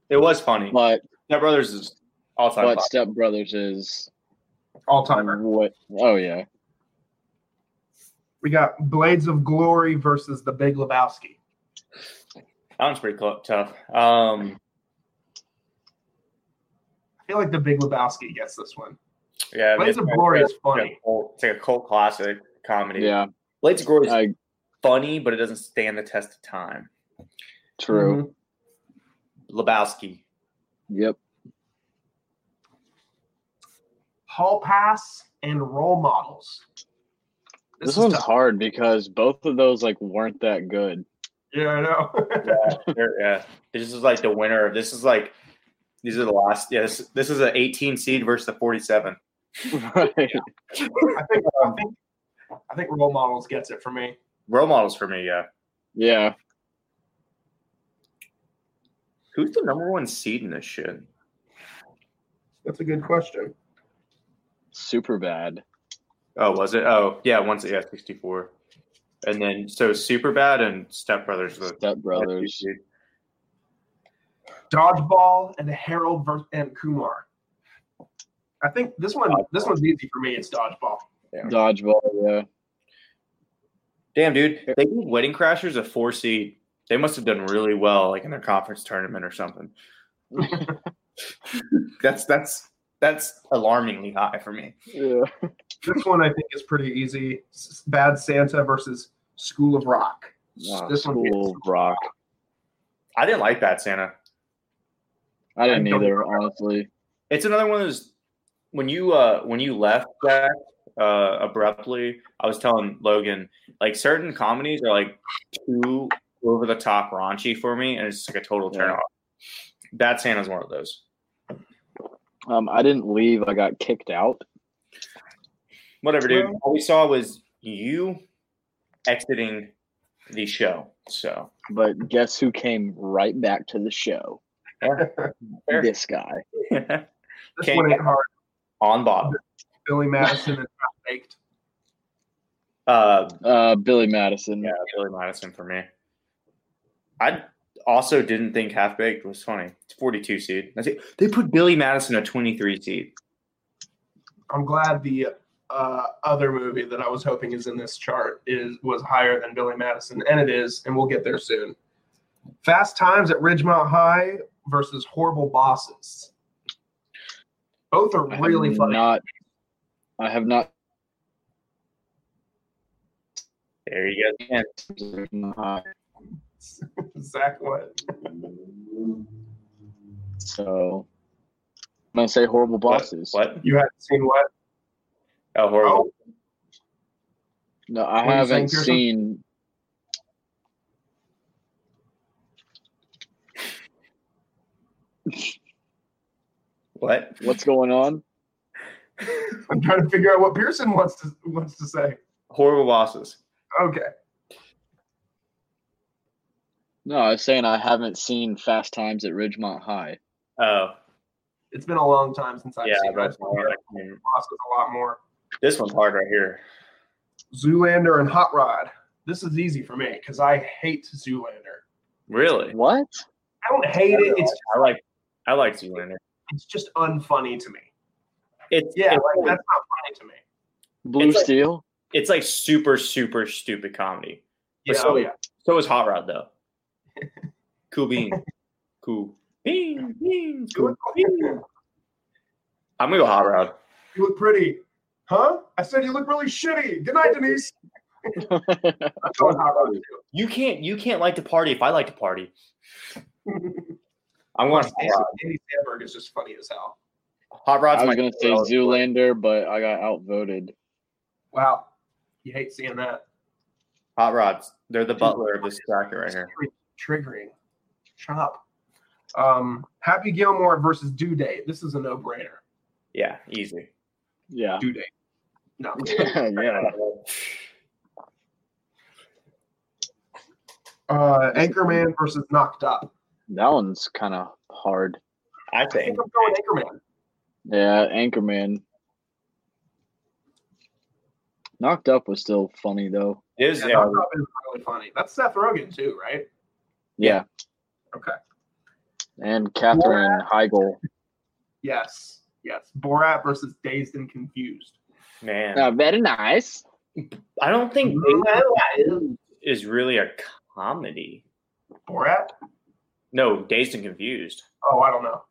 B: It was funny.
C: but
B: Step Brothers is all time.
C: but Step Brothers is
A: All timer.
C: what? Oh yeah,
A: We got Blades of Glory versus The Big Lebowski.
B: That one's pretty clo- tough. Um,
A: I feel like The Big Lebowski gets this one.
B: yeah,
A: Blades of
B: it's-
A: Glory is
B: it's like a
A: funny.
B: cult- It's like a cult classic comedy.
C: yeah,
B: Blades of Glory is
C: I
B: funny, but it doesn't stand the test of time.
A: Mhm.
C: true.
B: Lebowski.
C: Yep.
A: Hall Pass and Role Models.
C: This,
A: is
C: one's
A: tough.
C: hard because both of those like weren't that good.
A: Yeah, I know.
B: They're- yeah, this is like the winner. of This is like these are the last. Yeah, this, this is an 18 seed versus the 47.
C: right.
A: I think um, I think I think role models gets it for me.
B: Role models for me. Yeah,
C: Yeah.
B: who's the number one seed in this shit?
A: That's a good question.
C: Super bad.
B: Oh, was it? Oh, yeah, once yeah, 64. And then so super bad and Step Brothers. were-
C: Step Brothers.
A: Dodgeball and Harold ver- and Kumar. I think this one this one's easy for me. It's dodgeball.
C: Dodgeball. Yeah.
B: Damn, dude, they gave Wedding Crashers a four seed. They must have done really well, like in their conference tournament or something. that's that's that's alarmingly high for me.
C: Yeah.
A: This one I think is pretty easy. S- Bad Santa versus School of Rock.
C: Nah,
A: this one gets-
C: School of Rock.
B: I didn't like Bad Santa.
C: I didn't
A: I don't-
C: either, honestly.
B: It's another one of those when you uh when you left Jack uh abruptly, I was telling Logan, like certain comedies are like too over the top raunchy for me, and it's like a total turn
C: Yeah.
B: off. Bad Santa's one of those.
C: Um, I didn't leave. I got kicked out.
B: Whatever, dude.
A: Well-
B: All we saw was you exiting the show. So
C: But guess who came right back to the show?
B: Fair.
C: This guy.
A: This
B: Can't
A: one
B: get-
A: ain't hard.
B: on bottom.
A: Billy Madison and Half Baked.
B: Uh
C: Uh, Billy Madison.
B: yeah, Billy Madison for me. I also didn't think half baked was funny. It's forty two seed. That's it. They put Billy Madison at twenty three seed.
A: I'm glad the uh, other movie that I was hoping is in this chart is was higher than Billy Madison, and it is, and we'll get there soon. Fast Times at Ridgemont High versus Horrible Bosses. Both are
C: I have
A: really funny.
C: Not. I have not.
B: There you go. again.
A: Zach, what?
C: So I'm gonna say horrible bosses.
B: What?
A: You haven't seen what?
B: Oh, horrible.
A: Oh,
C: No,
A: What were you
C: I
A: saying,
C: haven't
A: Pearson?
C: seen.
B: What?
C: What's going on?
A: Oh. I'm trying to figure out what Pearson wants to wants to say.
B: Horrible bosses.
A: Okay,
C: No, I was saying I haven't seen Fast Times at Ridgemont High.
B: Oh,
A: it's been a long time since I've
B: yeah.
A: seen
B: that's
A: it.
B: one. I mean,
A: Bosses a lot more.
B: This one's hard right here.
A: Zoolander and Hot Rod. This is easy for me because I hate Zoolander.
B: Really?
C: What?
A: I don't hate it. It's
B: I like. I like Zoolander.
A: it's just unfunny to me.
B: It's
A: Yeah,
B: It's,
A: like
B: like,
A: that's not funny to me.
C: Blue
B: It's like-
C: Steel?
B: it's like super super stupid comedy.
A: Yeah,
B: So-
A: oh, yeah.
B: So is Hot Rod though. Cool bean. Cool bean. Beans.
A: You
B: Cool
A: look,
B: bean. I'm gonna go Hot Rod.
A: you look pretty, huh? I said you look really shitty. Good night, Denise. I'm going hot rod too.
B: You can't you can't like to party if I like to party. I'm going hot rod.
A: Andy Sandberg is just funny as hell.
B: Hot rod's
C: I
B: my
C: was gonna say Zoolander, but I got outvoted.
A: Wow, you hate seeing that.
B: hot rods. They're the butler of this bracket right here.
A: Triggering. Chop. Um, Happy Gilmore versus Due Date. This is a no-brainer.
B: Yeah, easy.
C: Yeah.
A: Due Date. No.
C: yeah.
A: Uh, Anchorman versus Knocked Up.
C: That one's kinda hard.
A: I
B: I
A: think
B: think
A: I'm going Anchorman.
C: Yeah, Anchorman. Knocked Up was still funny though.
B: it is
A: Yeah,
B: yeah,
A: Knocked Up is really funny. That's Seth Rogen too, right?
C: Yeah.
A: Okay.
C: And Catherine Heigl.
A: Yes. Yes. Borat versus Dazed and Confused.
B: man.
C: Uh, very nice.
B: I don't think Dazed is really a comedy.
A: Borat?
B: No, Dazed and Confused.
A: Oh, I don't know.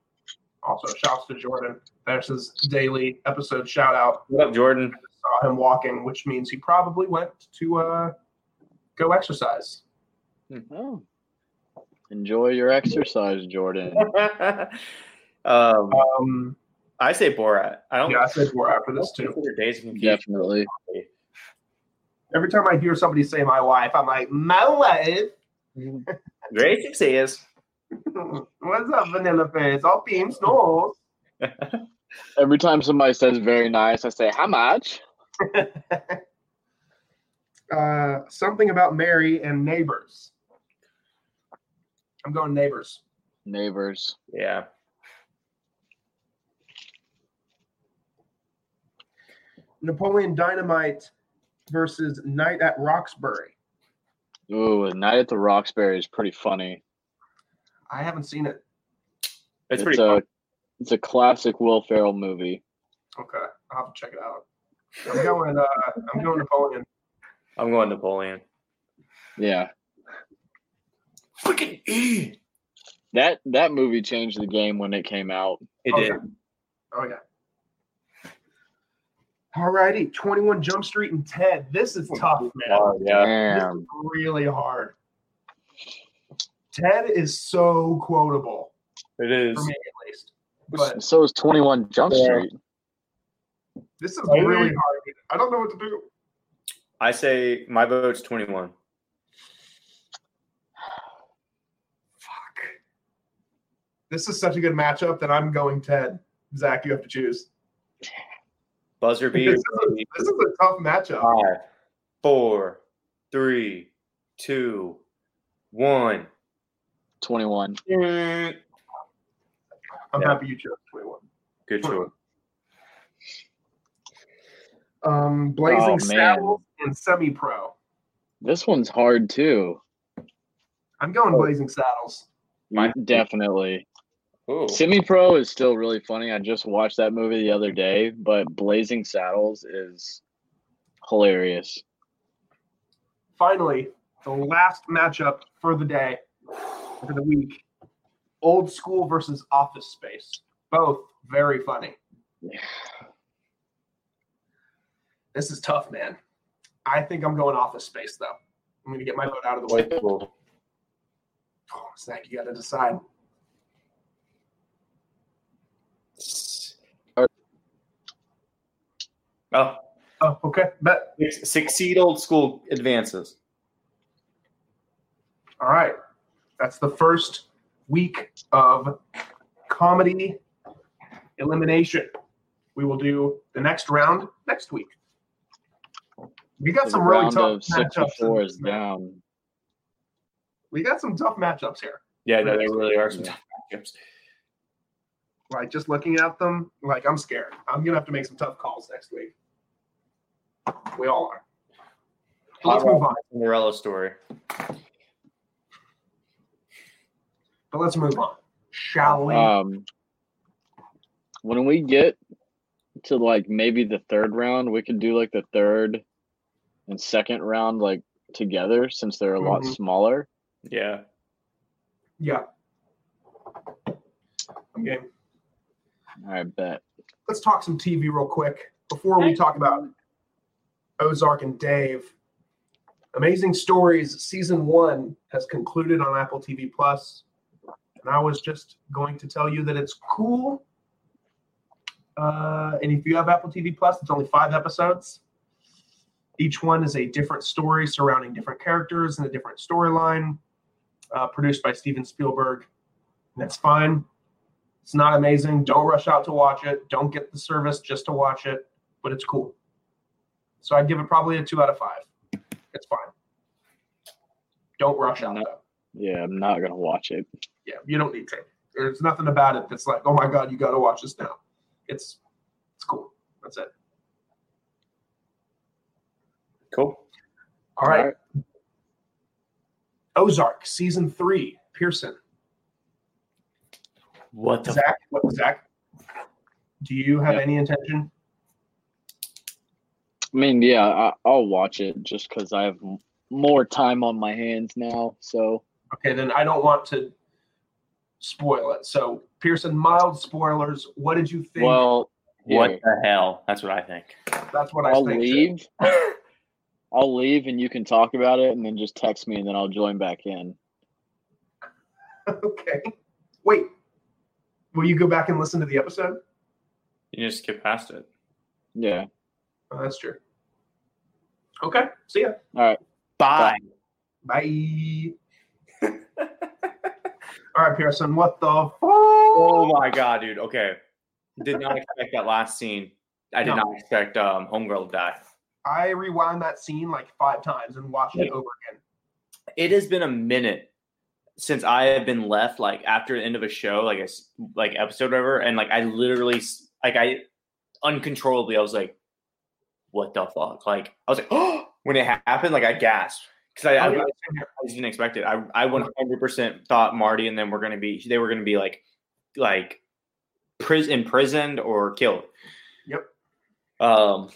A: Also, shouts to Jordan. There's his daily episode shout out.
B: What up, Jordan?
A: Saw him walking, which means he probably went to uh, go exercise.
C: Oh. Enjoy your exercise, Jordan.
B: um,
A: Um,
B: I say Borat. I don't.
A: yeah, I said Borat for
B: I
A: this
B: don't
A: too.
B: consider Dazed and Confused.
C: Definitely.
A: Every time I hear somebody say my wife, I'm like, my wife?
B: Great success.
A: What's up, Vanilla Face? All beams, snores.
C: Every time somebody says very nice, I say, How much?
A: Uh, something about Mary and neighbors. I'm going neighbors.
C: Neighbors.
B: Yeah.
A: Napoleon Dynamite versus Night at Roxbury.
C: Ooh, a night at the Roxbury is pretty funny.
A: I haven't seen it.
B: It's,
C: it's
B: pretty
C: a
B: fun.
C: it's a classic Will Ferrell movie.
A: Okay, I'll have to check it out. I'm going. Uh, I'm going Napoleon.
B: I'm going Napoleon.
C: Yeah.
B: Freaking E.
C: That that movie changed the game when it came out.
B: It
A: Okay.
B: did.
A: Oh yeah. Alrighty, 21 Jump Street and Ted. This is tough, man.
B: Oh, yeah.
A: This
C: Damn.
A: is really hard. Ted is so quotable
B: It
A: for me,
B: is.
A: at least. But
C: So is Twenty One Jump
B: Yeah.
C: Street.
A: this is really hard. I don't know what to do.
B: I say my vote's 21.
A: Fuck. This is such a good matchup that I'm going Ted. Zach, you have to choose.
B: Buzzer
A: This
B: beater.
A: is a, this is a tough matchup.
B: Five, four, three, two, one.
C: Twenty One.
B: Good
A: I'm
B: Yeah.
A: happy you chose 21.
B: choice.
A: Um, Blazing
C: Oh, man.
A: Saddles and Semi Pro.
C: This one's hard too.
A: I'm going Blazing Saddles.
B: My-
C: Definitely.
B: Ooh.
C: Semi Pro is still really funny. I just watched that movie the other day, but Blazing Saddles is hilarious.
A: Finally, the last matchup for the day, for the week Old School versus Office Space. Both very funny. This is tough, man. I think I'm going Office Space, though. I'm going to get my vote out of the way. Oh, Zach, you got to decide.
B: Oh,
A: Oh, okay. Bet.
B: six- succeed old school advances.
A: All right. That's the first week of comedy elimination. We will do the next round next week. We got
C: The
A: some really
C: round
A: tough
C: of sixty
A: matchups. in
C: four
A: this
C: is
A: match.
C: down.
A: We got some tough matchups here.
B: Yeah, no, there really are some tough matchups.
A: Like just looking at them, like I'm scared. I'm gonna have to make some tough calls next week. We all are. But let's move on.
B: Cinderella story.
A: But let's move on. Shall we?
C: Um, when we get to like maybe the third round, we could do like the third and second round like together since they're a lot
A: Mhm.
C: smaller.
B: Yeah.
A: yeah. I'm game.
C: I bet.
A: let's talk some TV real quick before we talk about Ozark and Dave. Amazing Stories season one has concluded on Apple TV Plus, and I was just going to tell you that it's cool. Uh, and if you have Apple TV Plus, it's only five episodes. Each one is a different story surrounding different characters and a different storyline, uh, produced by Steven Spielberg. And that's fine. It's not amazing. Don't rush out to watch it. Don't get the service just to watch it, but it's cool. So I'd give it probably a two out of five. It's fine. Don't rush out
C: No.
A: though.
C: Yeah, I'm not gonna watch it.
A: Yeah, you don't need to. There's nothing about it that's like, oh my god, you got to watch this now. It's it's cool. That's it.
B: Cool.
A: All right. Ozark season three. Pearson.
B: What the?
A: Zach. What, Zach? Do you have
C: Yeah.
A: any intention?
C: I mean, yeah, I, I'll watch it just because I have m- more time on my hands now. So
A: Okay, then I don't want to spoil it. So Pearson, mild spoilers. What did you think?
C: well,
B: What
C: here,
B: the hell? That's what I think.
A: that's what I
C: I'll
A: think.
C: leave. I'll leave, and you can talk about it, and then just text me, and then I'll join back in.
A: okay. Wait. Will you go back and listen to the episode?
B: You just skip past it.
C: Yeah.
A: Oh, that's true. Okay. See ya.
B: Bye.
A: Bye. All right, Pearson. What the fuck?
B: Oh my god, dude. Okay, did not expect that last scene. I did
A: No.
B: not expect um, Homegirl to die.
A: I rewound that scene like five times and watched it over again.
B: It has been a minute since I have been left like after the end of a show, like a s- like episode, or whatever, and like I literally s- like I uncontrollably I was like, what the fuck? Like I was like, oh, when it happened, like I gasped because I, I
A: Oh, yeah,
B: I
A: same here.
B: just didn't expect it. I I 100% thought Marty and them were gonna be they were gonna be like like pris- imprisoned or killed.
A: Yep.
B: Um,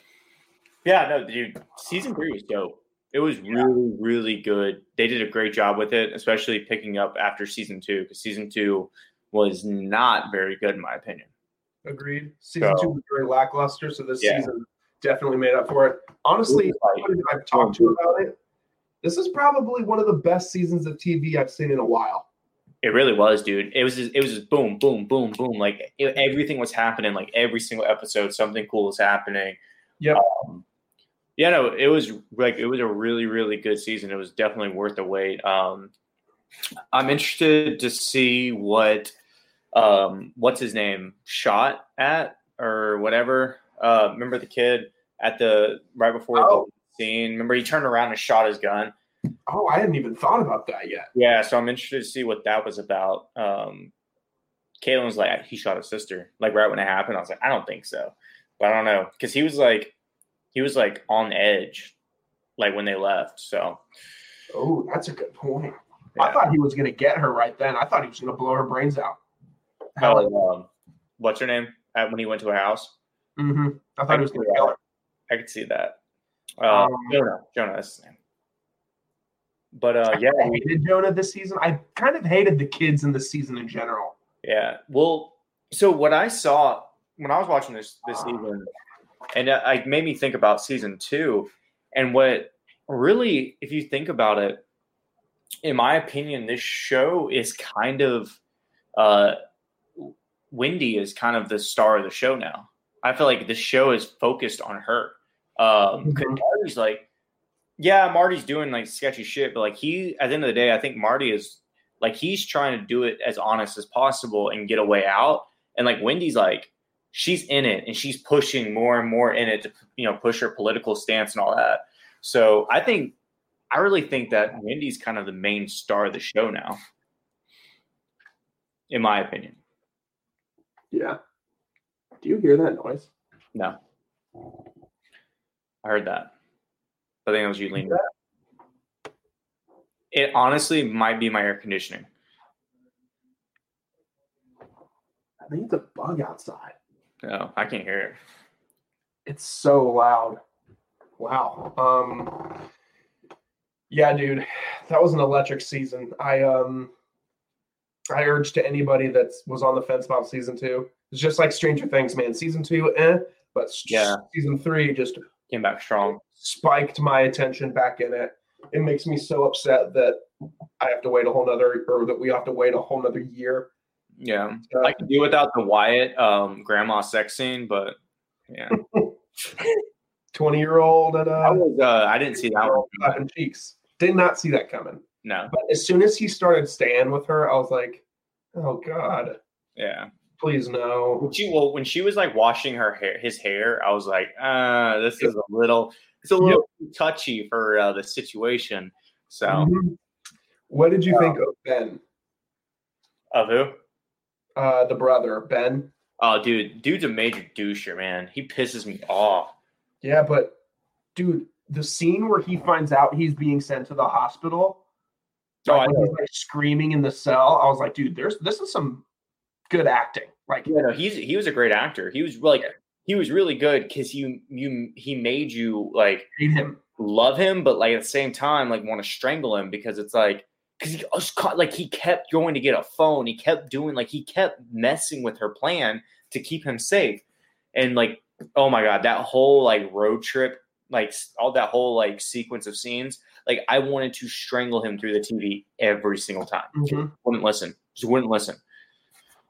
B: yeah, no, dude, season three was dope. It was really, really good. They did a great job with it, especially picking up after season two because season two was not very good in my opinion.
A: Agreed. Season
B: So-
A: two was very lackluster, so this
B: Yeah.
A: season definitely made up for it. Honestly,
B: It was like-
A: everybody I've talked to about it, this is probably one of the best seasons of TV I've seen in a while.
B: It really was, dude. It was just, it was just boom, boom, boom, boom. Like it, everything was happening. Like every single episode, something cool was happening.
A: Yep.
B: Um, yeah, no, it was like it was a really, really good season. It was definitely worth the wait. Um, I'm interested to see what um, what's his name shot at or whatever. Uh, remember the kid at the right before
A: Oh.
B: the scene. Remember he turned around and shot his gun.
A: Oh, I hadn't even thought about that yet.
B: Yeah, so I'm interested to see what that was about. Um, Caitlin was like, he shot his sister, like right when it happened. I was like, I don't think so, but I don't know because he was like, he was like on edge, like when they left. So
A: Oh, that's a good point. I
B: yeah.
A: thought he was going to get her right then. I thought he was going to blow her brains out.
B: Oh, um, what's her name? At, when he went to her house,
A: hmm I thought he was going to kill her.
B: I could see that. Uh,
A: Um,
B: Jonah, Jonah, that's his name. But uh, yeah,
A: I hated Jonah this season. I kind of hated the kids in this season in general.
B: Yeah. Well, so what I saw when I was watching this this season, and it, it made me think about season two, and what really, if you think about it, in my opinion, this show is kind of, uh, Wendy is kind of the star of the show now. I feel like this show is focused on her. Um, 'cause
A: Mhm.
B: Marty's like, yeah, Marty's doing like sketchy shit, but like he, at the end of the day, I think Marty is like he's trying to do it as honest as possible and get a way out. And like Wendy's like, she's in it and she's pushing more and more in it to you know push her political stance and all that. So I think I really think that Wendy's kind of the main star of the show now, in my opinion.
A: Yeah. Do you hear that noise?
B: I heard that. I think it was you leaning.
A: Yeah.
B: It honestly might be my air conditioning.
A: I think it's a bug outside.
B: No, I can't hear it.
A: It's so loud. Wow. Um Yeah, dude. That was an electric season. I um I urge to anybody that was on the fence about season 2. It's just like Stranger Things, man. Season 2 eh, but s-
B: Yeah.
A: season 3 just
B: Came back strong.
A: spiked my attention back in it. it makes me so upset that I have to wait a whole nother or that we have to wait a whole nother year. Uh,
B: Yeah, I can do without the Wyatt um, grandma sex scene, but yeah,
A: Twenty year old and
B: I
A: uh,
B: was uh, I didn't see that one.
A: clapping cheeks. Did not see that coming.
B: No,
A: But as soon as he started staying with her, I was like, oh god,
B: yeah.
A: please no.
B: When she well, when she was like washing her hair, his hair, I was like, uh, this is a little, it's a little touchy for uh, the situation. So
A: Mhm. What did you think of Ben,
B: of who?
A: uh, the brother Ben?
B: Oh, dude, dude's a major doucher, man. He pisses me off.
A: Yeah, but dude, the scene where he finds out he's being sent to the hospital,
B: Oh, I
A: like, when he's like screaming in the cell. I was like, dude, there's this is some good acting. Like,
B: Yeah, no, he's he was a great actor. He was like he was really good because you you he made you like
A: hate him.
B: love him, but like at the same time like want to strangle him because it's like because he was caught like he kept going to get a phone. He kept doing like he kept messing with her plan to keep him safe, and like oh my god, that whole like road trip, like s- all that whole like sequence of scenes, like I wanted to strangle him through the TV every single time.
A: Mhm.
B: Wouldn't listen. Just wouldn't listen.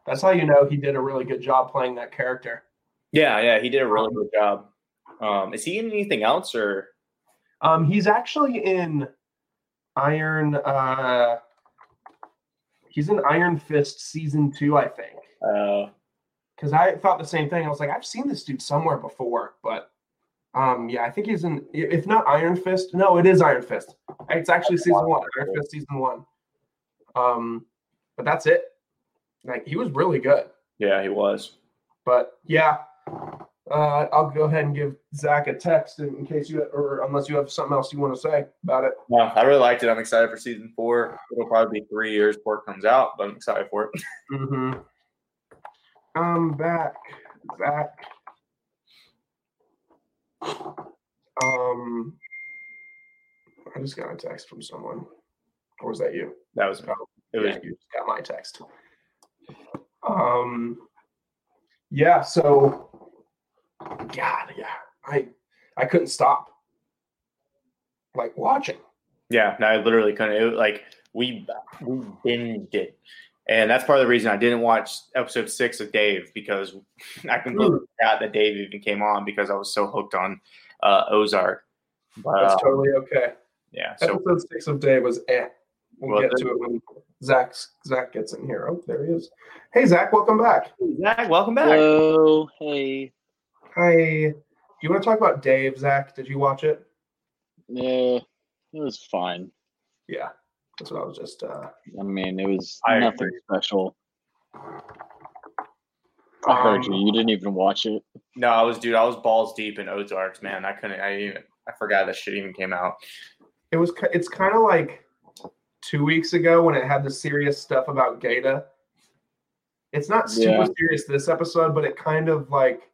A: That's how you know he did a really good job playing that character.
B: Yeah, yeah, he did a really good job. Um, is he in anything else or
A: Um, he's actually in Iron. Uh, he's in Iron Fist season two, I think.
B: uh
A: Because I thought the same thing. I was like, I've seen this dude somewhere before, but um, yeah, I think he's in. i- If not Iron Fist, no, it is Iron Fist. It's actually season one, Iron Fist season one. Um, but that's it. Like he was really good.
B: yeah, he was.
A: But yeah, uh, I'll go ahead and give Zach a text in, in case you or unless you have something else you want to say about it.
B: Well, I really liked it. I'm excited for season four. It'll probably be three years before it comes out, but I'm excited for it.
A: Mm-hmm. I'm back, Zach. Um, I just got a text from someone, or was that you?
B: That was it was
A: yeah, you just got my text. Um, yeah. So, God, yeah, I I couldn't stop like watching.
B: yeah, no, I literally couldn't it, was like we we binged it. And that's part of the reason I didn't watch episode six of Dave because I completely forgot that Dave even came on because I was so hooked on uh, Ozark. But,
A: That's
B: uh,
A: totally okay.
B: yeah, so
A: Episode six of day was eh. We'll,
B: Well,
A: get to it when Zach Zach gets in here. Oh, there he is. Hey Zach, welcome back.
B: Zach, welcome back.
C: Hello, hey.
A: Hi. Do you want to talk about Dave, Zach? Did you watch it?
C: Yeah, it was fine.
A: Yeah. That's what I was just uh
C: I mean, it was
B: I
C: nothing special. I heard you.
A: um,
C: You didn't even watch it.
B: No, I was dude. I was balls deep in Ozarks, man. I couldn't. I even. I forgot that shit even came out.
A: It was ki- it's kind of like two weeks ago when it had the serious stuff about Gata. It's not super
C: Yeah.
A: serious this episode, but it kind of like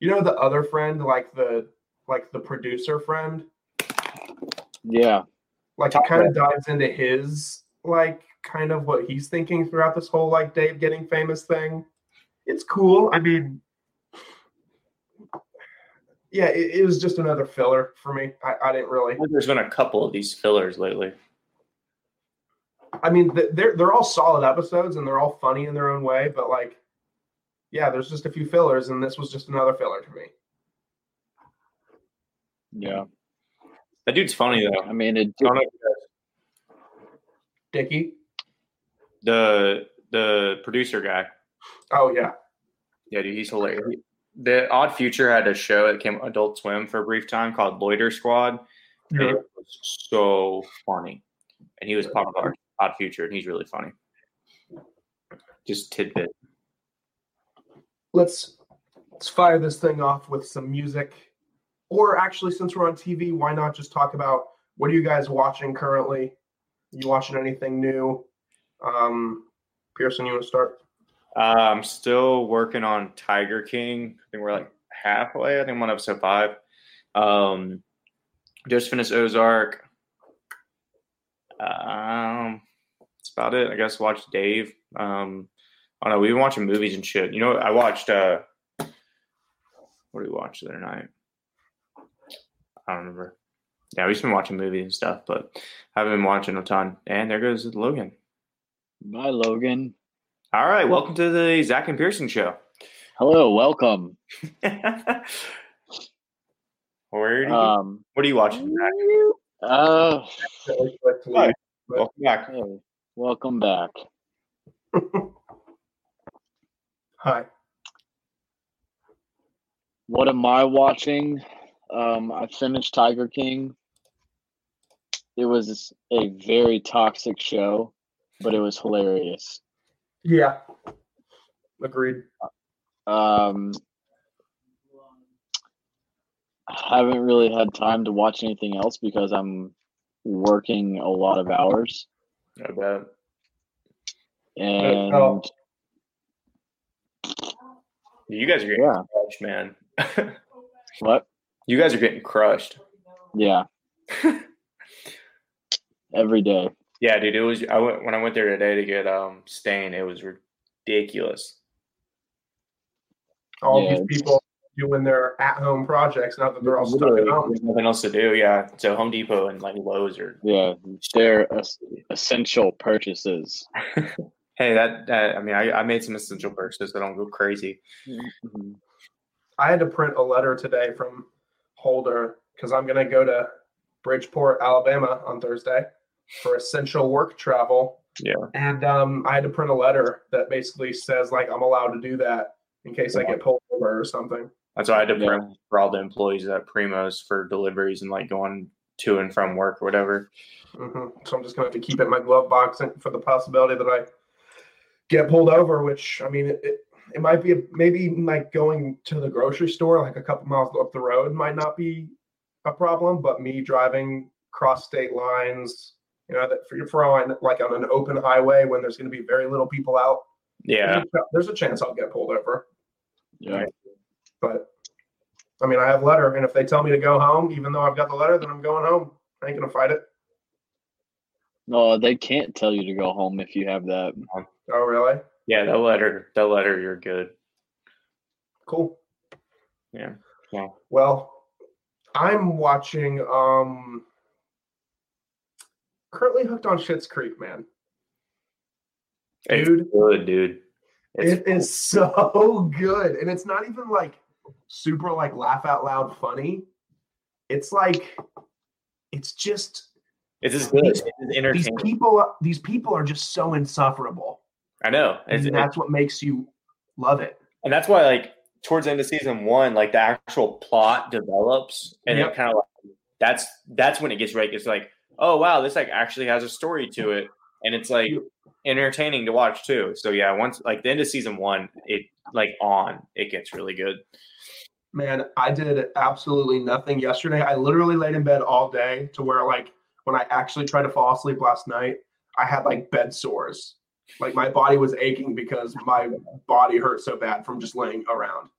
A: you know the other friend, like the like the producer friend.
C: Yeah,
A: like it kind of dives into his like kind of what he's thinking throughout this whole like Dave getting famous thing. It's cool. I mean, yeah, it, it was just another filler for me. I, I didn't really.
B: There's been a couple of these fillers lately.
A: I mean, th- they're they're all solid episodes and they're all funny in their own way, but like, yeah, there's just a few fillers, and this was just another filler to me.
C: yeah.
B: That dude's funny though.
C: I mean, it
B: I don't know if
A: Dickie.
B: the the producer guy.
A: Oh yeah,
B: Yeah, dude, he's hilarious. The Odd Future had a show that came Adult Swim for a brief time called Loiter Squad. And it was so funny, and he was part of our Odd Future, and he's really funny. Just tidbit.
A: let's let's fire this thing off with some music or actually since we're on tv why not just talk about what are you guys watching currently you watching anything new um pearson you want to start
B: Uh, I'm still working on Tiger King. I think we're like halfway. I think I'm on episode five. Um, just finished Ozark. Um, that's about it. I guess watched Dave. Um, I don't know. We've been watching movies and shit. You know, I watched. uh What did we watch the other night? I don't remember. yeah, we've just been watching movies and stuff, but haven't been watching a ton. And there goes Logan.
C: Bye, Logan.
B: All right, welcome to the Zach and Pearson show.
C: Hello, welcome.
B: Where do you,
C: Um,
B: what are you watching? Zach?
C: uh,
B: Hi. Welcome back.
C: hey, welcome back.
A: Hi.
C: What am I watching? Um, I finished Tiger King. It was a very toxic show, but it was hilarious.
A: Yeah. Agreed.
C: Um, I haven't really had time to watch anything else because I'm working a lot of hours.
B: I bet.
C: And
A: oh.
B: You guys are getting
C: yeah,
B: crushed, man.
C: what?
B: you guys are getting crushed.
C: Yeah. Every day.
B: Yeah, dude. It was I went when I went there today to get um stain. It was ridiculous.
A: All
C: Yeah,
A: these
C: it's-
A: people doing their at-home projects now that they're all stuck at
C: Literally.
A: home.
B: There's nothing else to do. Yeah. So Home Depot and like Lowe's are.
C: Yeah, they're es- essential purchases.
B: Hey, that, that I mean, I, I made some essential purchases. I don't go crazy.
A: I had to print a letter today from Holder because I'm going to go to Bridgeport, Alabama on Thursday for essential work travel.
B: Yeah.
A: And um, I had to print a letter that basically says, like, I'm allowed to do that in case I
B: Yeah.
A: get pulled over or something.
B: That's why I had to
C: Yeah.
B: print for all the employees at Primos for deliveries and like going to and from work or whatever.
A: hmm So I'm just going to have to keep it in my glove box and- for the possibility that I get pulled over, which, I mean, it, it, it might be maybe like going to the grocery store like a couple miles up the road might not be a problem, but me driving cross state lines, you know, that for, for all I kn- like on an open highway when there's going to be very little people out,
B: Yeah.
A: there's, a, there's a chance I'll get pulled over.
C: Yeah.
A: But I mean, I have letter, and if they tell me to go home, even though I've got the letter, then I'm going home. I ain't going to fight it.
C: No, they can't tell you to go home if you have that.
A: Oh, really?
B: Yeah. That letter, that letter, you're good.
A: Cool.
B: Yeah. Yeah.
A: Well, I'm watching um currently hooked on Shits Creek, man.
B: It's
A: Dude.
B: good, dude. It's,
A: It is so good. And it's not even like super like laugh out loud funny. It's like it's just
B: it's just good. It's
A: these
B: entertaining.
A: people these people are just so insufferable.
B: I know. It's,
A: And
B: it's-
A: that's what makes you love it.
B: and that's why like towards the end of season one like the actual plot develops and
A: Yep.
B: it kind of like that's that's when it gets right it's like oh wow this like actually has a story to it and it's like
A: Yep.
B: entertaining to watch too so yeah once like the end of season one it like on it gets really good
A: Man, I did absolutely nothing yesterday. I literally laid in bed all day to where like when I actually tried to fall asleep last night, I had like bed sores. Like my body was aching because my body hurt so bad from just laying around.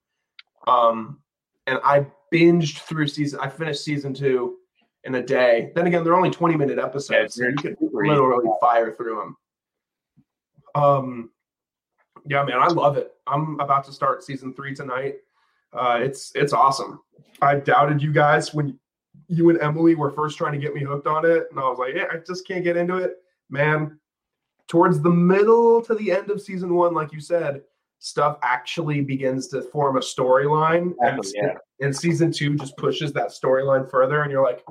A: Um and I binged through season I finished season 2 in a day. Then again, they're only 20 minute episodes. so you could literally fire through them. Um, yeah, man, I love it. I'm about to start season three tonight. Uh, it's it's awesome. I doubted you guys when you and Emily were first trying to get me hooked on it, and I was like, yeah, I just can't get into it, man. Towards the middle to the end of season one, like you said, stuff actually begins to form a storyline, and,
B: Exactly, yeah.
A: and season two just pushes that storyline further, and you're like,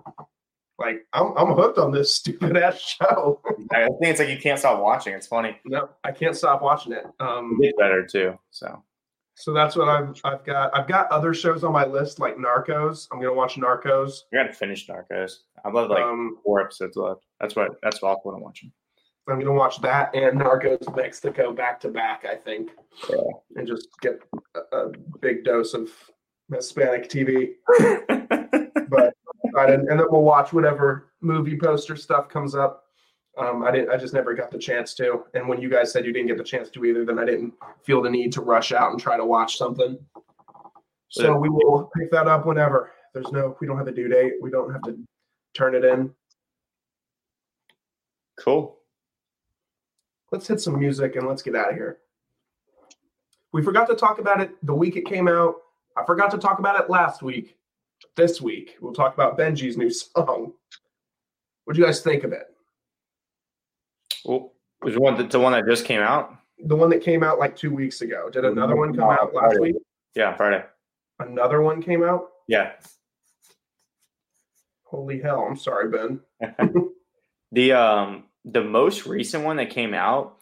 A: like I'm I'm hooked on this stupid ass show.
B: i think it's like you can't stop watching it's funny
A: No, I can't stop watching it. Um,
B: It gets better too so
A: so that's what I've I've got. I've got other shows on my list like Narcos. I'm gonna watch Narcos.
B: you gotta finish narcos i love like
A: um,
B: four episodes left that's what that's what i'm watching
A: I'm gonna watch that and Narcos Mexico back to back. I think,
B: Yeah.
A: and just get a, a big dose of Hispanic TV. but uh, I didn't, and then we'll watch whatever movie poster stuff comes up. Um, I didn't. I just never got the chance to. And when you guys said you didn't get the chance to either, then I didn't feel the need to rush out and try to watch something. So
B: Yeah.
A: we will pick that up whenever. There's no. We don't have a due date. We don't have to turn it in.
B: cool
A: Let's hit some music and let's get out of here. We forgot to talk about it the week it came out. I forgot to talk about it last week. this week, we'll talk about Benji's new song. What do you guys think of it?
B: Well, was one the, the one that just came out?
A: The one that came out like two weeks ago. Did
B: Mm-hmm.
A: another one come out last week?
B: Yeah, Friday.
A: Another one came out?
B: Yeah.
A: Holy hell. I'm sorry, Ben.
B: The um the most recent one that came out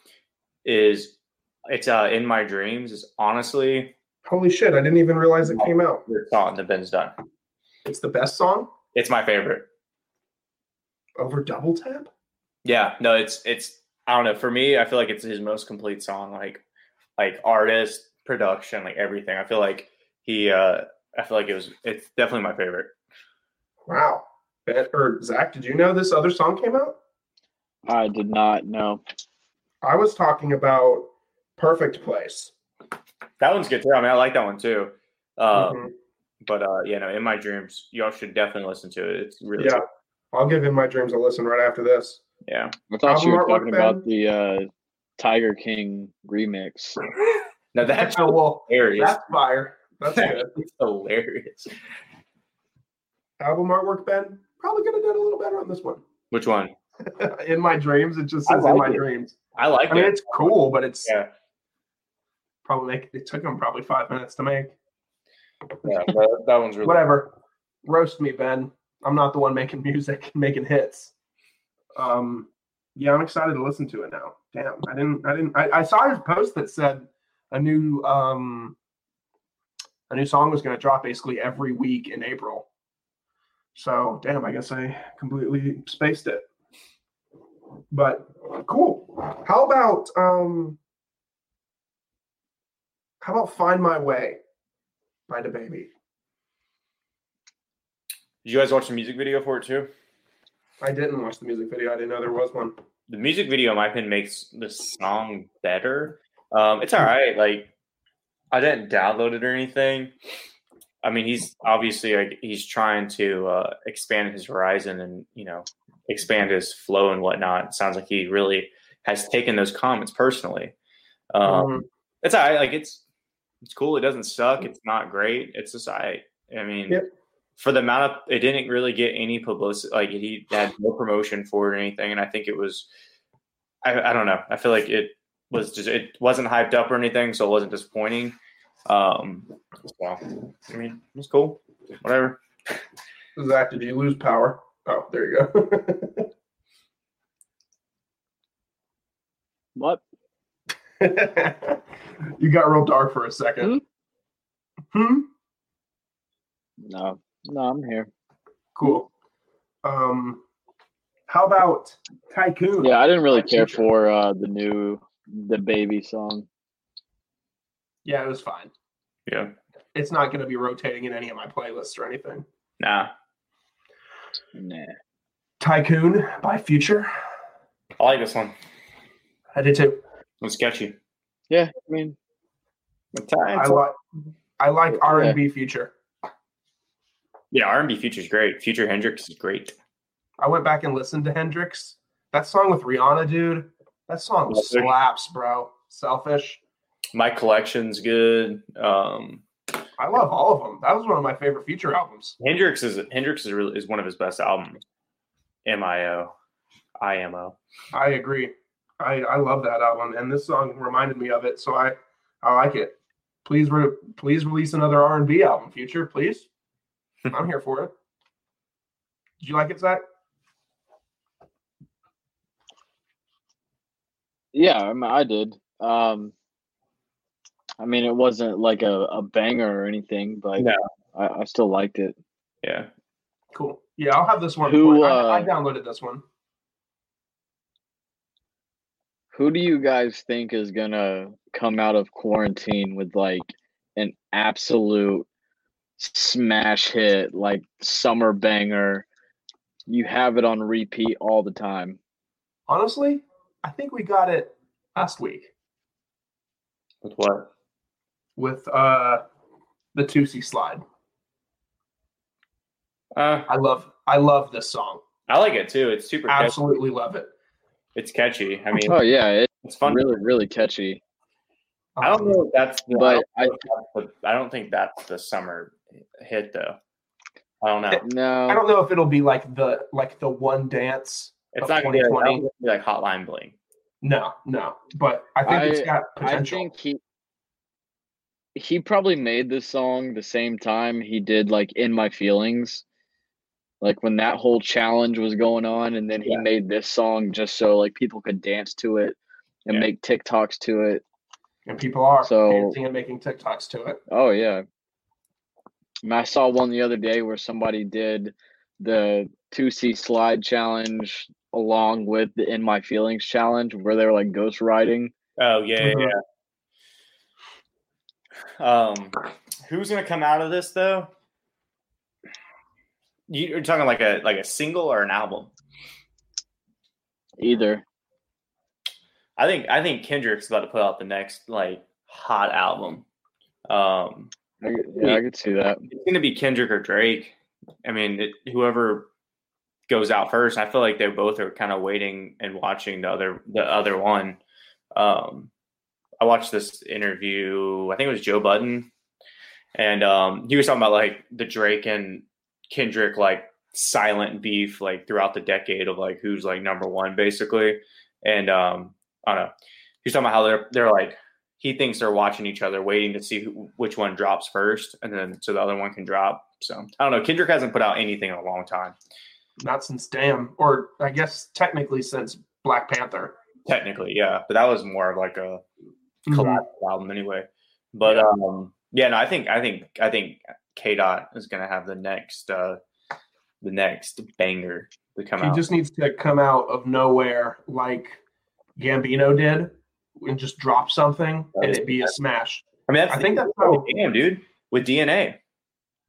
B: is it's uh in my dreams. Is honestly
A: Holy shit. I didn't even realize it came out.
B: the song that Ben's done.
A: It's the best song
B: It's my favorite.
A: over Double Tap?
B: Yeah, no, it's it's I don't know. For me, I feel like it's his most complete song, like like artist, production, like everything. I feel like he uh I feel like it was it's definitely my favorite.
A: Wow. Ben, or Zach, did you know this other song came out?
C: I did not know.
A: I was talking about Perfect Place.
B: That one's good too. I mean I like that one too. Um
A: Mhm.
B: but uh you know, in my dreams, y'all should definitely listen to it. It's really
A: Yeah. I'll give In My Dreams a listen right after this.
B: yeah.
C: I thought you were
A: Album artwork,
C: talking about the uh, Tiger King remix.
B: No, that's
A: Oh, well,
B: hilarious.
A: that's fire. That's good.
B: That's hilarious.
A: Album artwork, Ben. Probably could have done a little better on this one.
B: Which one?
A: in my dreams, it just
B: I
A: says in
B: like
A: my
B: it.
A: dreams.
B: I like
A: I mean,
B: it.
A: it's cool, but it's
B: Yeah,
A: probably like, it took him probably five minutes to make.
B: yeah, that, that one's really
A: Whatever. Roast me, Ben. I'm not the one making music, making hits. Um, yeah, I'm excited to listen to it now. Damn, I didn't, I didn't, I, I saw his post that said a new, um, a new song was going to drop basically every week in April. So, damn, I guess I completely spaced it. But cool. How about um how about Find My Way by the baby?
B: Did you guys watch the music video for it too?
A: I didn't watch the music video. I didn't know there was one.
B: the music video in my opinion makes the song better um it's all right like i didn't download it or anything i mean he's obviously like he's trying to uh expand his horizon and you know expand his flow and whatnot it sounds like he really has taken those comments personally um
A: Um,
B: it's all right like it's it's cool it doesn't suck it's not great it's just all right i mean
A: Yep.
B: for the amount of it didn't really get any publicity like he had no promotion for it or anything and i think it was i, I don't know i feel like it was just it wasn't hyped up or anything so it wasn't disappointing um so i mean it was cool whatever
A: Zach, did you lose power? Oh, there you go.
C: What?
A: you got real dark for a second. hmm?
C: No, no, I'm here.
A: Cool. Um, how about Tycoon?
C: Yeah, I didn't really care for uh, the new the baby song.
A: yeah, it was fine.
B: yeah
A: It's not going to be rotating in any of my playlists or anything.
B: nah
C: Nah.
A: Tycoon by Future.
B: i like this one
A: I did too.
B: it's sketchy
C: Yeah, I mean,
B: It's all right.
A: I like I like R and B Future.
B: yeah r&b future's great future hendrix is great
A: I went back and listened to Hendrix. That song with Rihanna, dude. That song
B: Selfish.
A: slaps, bro. Selfish.
B: my collection's good um
A: I love all of them. That was one of my favorite Future albums.
B: Hendrix is Hendrix is really is one of his best albums. MIO, IMO.
A: I agree. I, I love that album, and this song reminded me of it, so I I like it. Please re- please release another R and B album, Future. Please, I'm here for it. Did you like it, Zach?
C: yeah, I, mean, I did. Um, I mean, it wasn't like a, a banger or anything, but
B: No.
C: I, I still liked it.
B: Yeah.
A: Cool. Yeah, I'll have this one.
C: Who,
A: played.
C: uh,
A: I, I downloaded this one.
C: Who do you guys think is gonna come out of quarantine with like an absolute smash hit, like summer banger? You have it on repeat all the time.
A: Honestly, I think we got it last week.
B: With what?
A: with uh the two C slide.
B: Uh,
A: I love I love this song.
B: I like it too. It's super catchy.
A: Absolutely love it.
B: It's catchy. I mean,
C: Oh yeah, it's
B: it's fun.
C: really really catchy.
B: I
A: Um,
B: don't know if that's the,
C: But
B: I, don't know if that's the- I don't think that's the summer hit though. I don't know.
C: No,
A: I don't know if it'll be like the like the one dance.
B: It's
A: Of
B: not going to be
A: 2020.
B: like, be like Hotline Bling.
A: No, no. But I think it's
C: I-
A: got
C: I
A: potential.
C: think he he probably made this song the same time he did like In My Feelings. Like when that whole challenge was going on and then he
A: Yeah.
C: made this song just so like people could dance to it and
B: Yeah.
C: make TikToks to it.
A: and people are
C: So-
A: dancing and making TikToks to it.
C: Oh yeah. And I saw one the other day where somebody did the 2C slide challenge along with the In My Feelings challenge where they were like ghost riding.
B: Oh yeah,
C: Mm-hmm.
A: Mhm.
B: yeah, yeah. Um, who's gonna come out of this though? You- You're talking like a like a single or an album?
C: Either.
B: I think I think Kendrick's about to put out the next like hot album. Um,
C: I, could- yeah, I could see that.
B: it's gonna be Kendrick or Drake. I mean, it, whoever goes out first. I feel like they both are kind of waiting and watching the other the other one. Um, I watched this interview. I think it was Joe Budden, and um, he was talking about like the Drake and Kendrick like silent beef like throughout the decade of like who's like number one basically. And um, I don't know. He was talking about how they're they're like he thinks they're watching each other, waiting to see who, which one drops first, and then so the other one can drop. So I don't know. Kendrick hasn't put out anything in a long time,
A: Not since Damn, or I guess technically since Black Panther.
B: technically, yeah. But that was more of like a
A: Mhm.
B: collab album anyway. But um, yeah, no, I think I think I think K Dot is gonna have the next uh the next banger to come
A: He
B: out.
A: just needs to come out of nowhere like Gambino did and just drop something and it'd be a smash.
B: I mean, that's
A: I think that's
B: oh,
A: how
B: damn, dude, with DNA.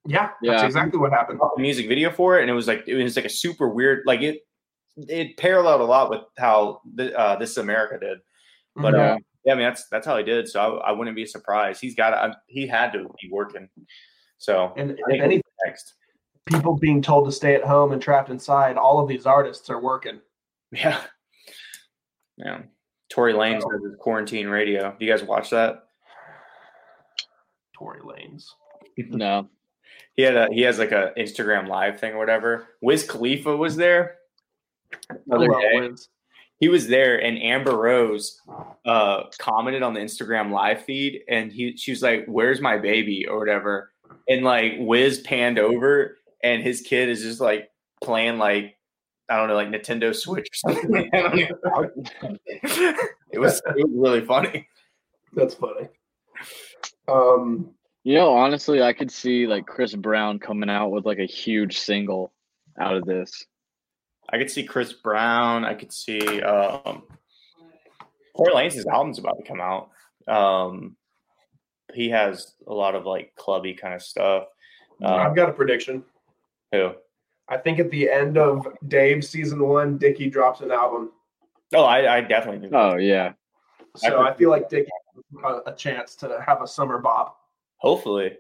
A: yeah, that's
C: Yeah.
A: exactly what happened.
B: dropped a music video for it, and it was like it was like a super weird, like it it paralleled a lot with how the, uh, This Is America did.
A: Mm-hmm.
B: But
C: Yeah.
B: uh, yeah, I mean that's that's how he did. So I, I wouldn't be surprised. He's got I, he had to be working. So
A: and
B: I
A: if
B: think
A: any
B: next,
A: people being told to stay at home and trapped inside, all of these artists are working.
B: yeah, yeah. Tory Lanez has his quarantine radio. Do you guys watch that?
A: Tory Lanes.
C: No.
B: He had a he has like a Instagram live thing or whatever. Wiz Khalifa was there. Other
A: Hello,
B: day.
A: Wiz.
B: he was there and amber rose uh commented on the instagram live feed and he she was like where's my baby or whatever and like whiz panned over and his kid is just like playing like i don't know like nintendo switch or something I don't know. it was it was really funny
A: That's funny. Um,
C: You know, honestly, I could see like Chris Brown coming out with like a huge single out of this.
B: i could see chris brown i could see um Corey Lance's album's about to come out. Um, he has a lot of like clubby kind of stuff. Um,
A: I've got a prediction.
B: who?
A: I think at the end of Dave season one, Dickie drops an album.
B: Oh, I, I definitely think
C: Oh yeah.
A: So I feel like Dickie has a, a chance to have a summer bop.
B: Hopefully,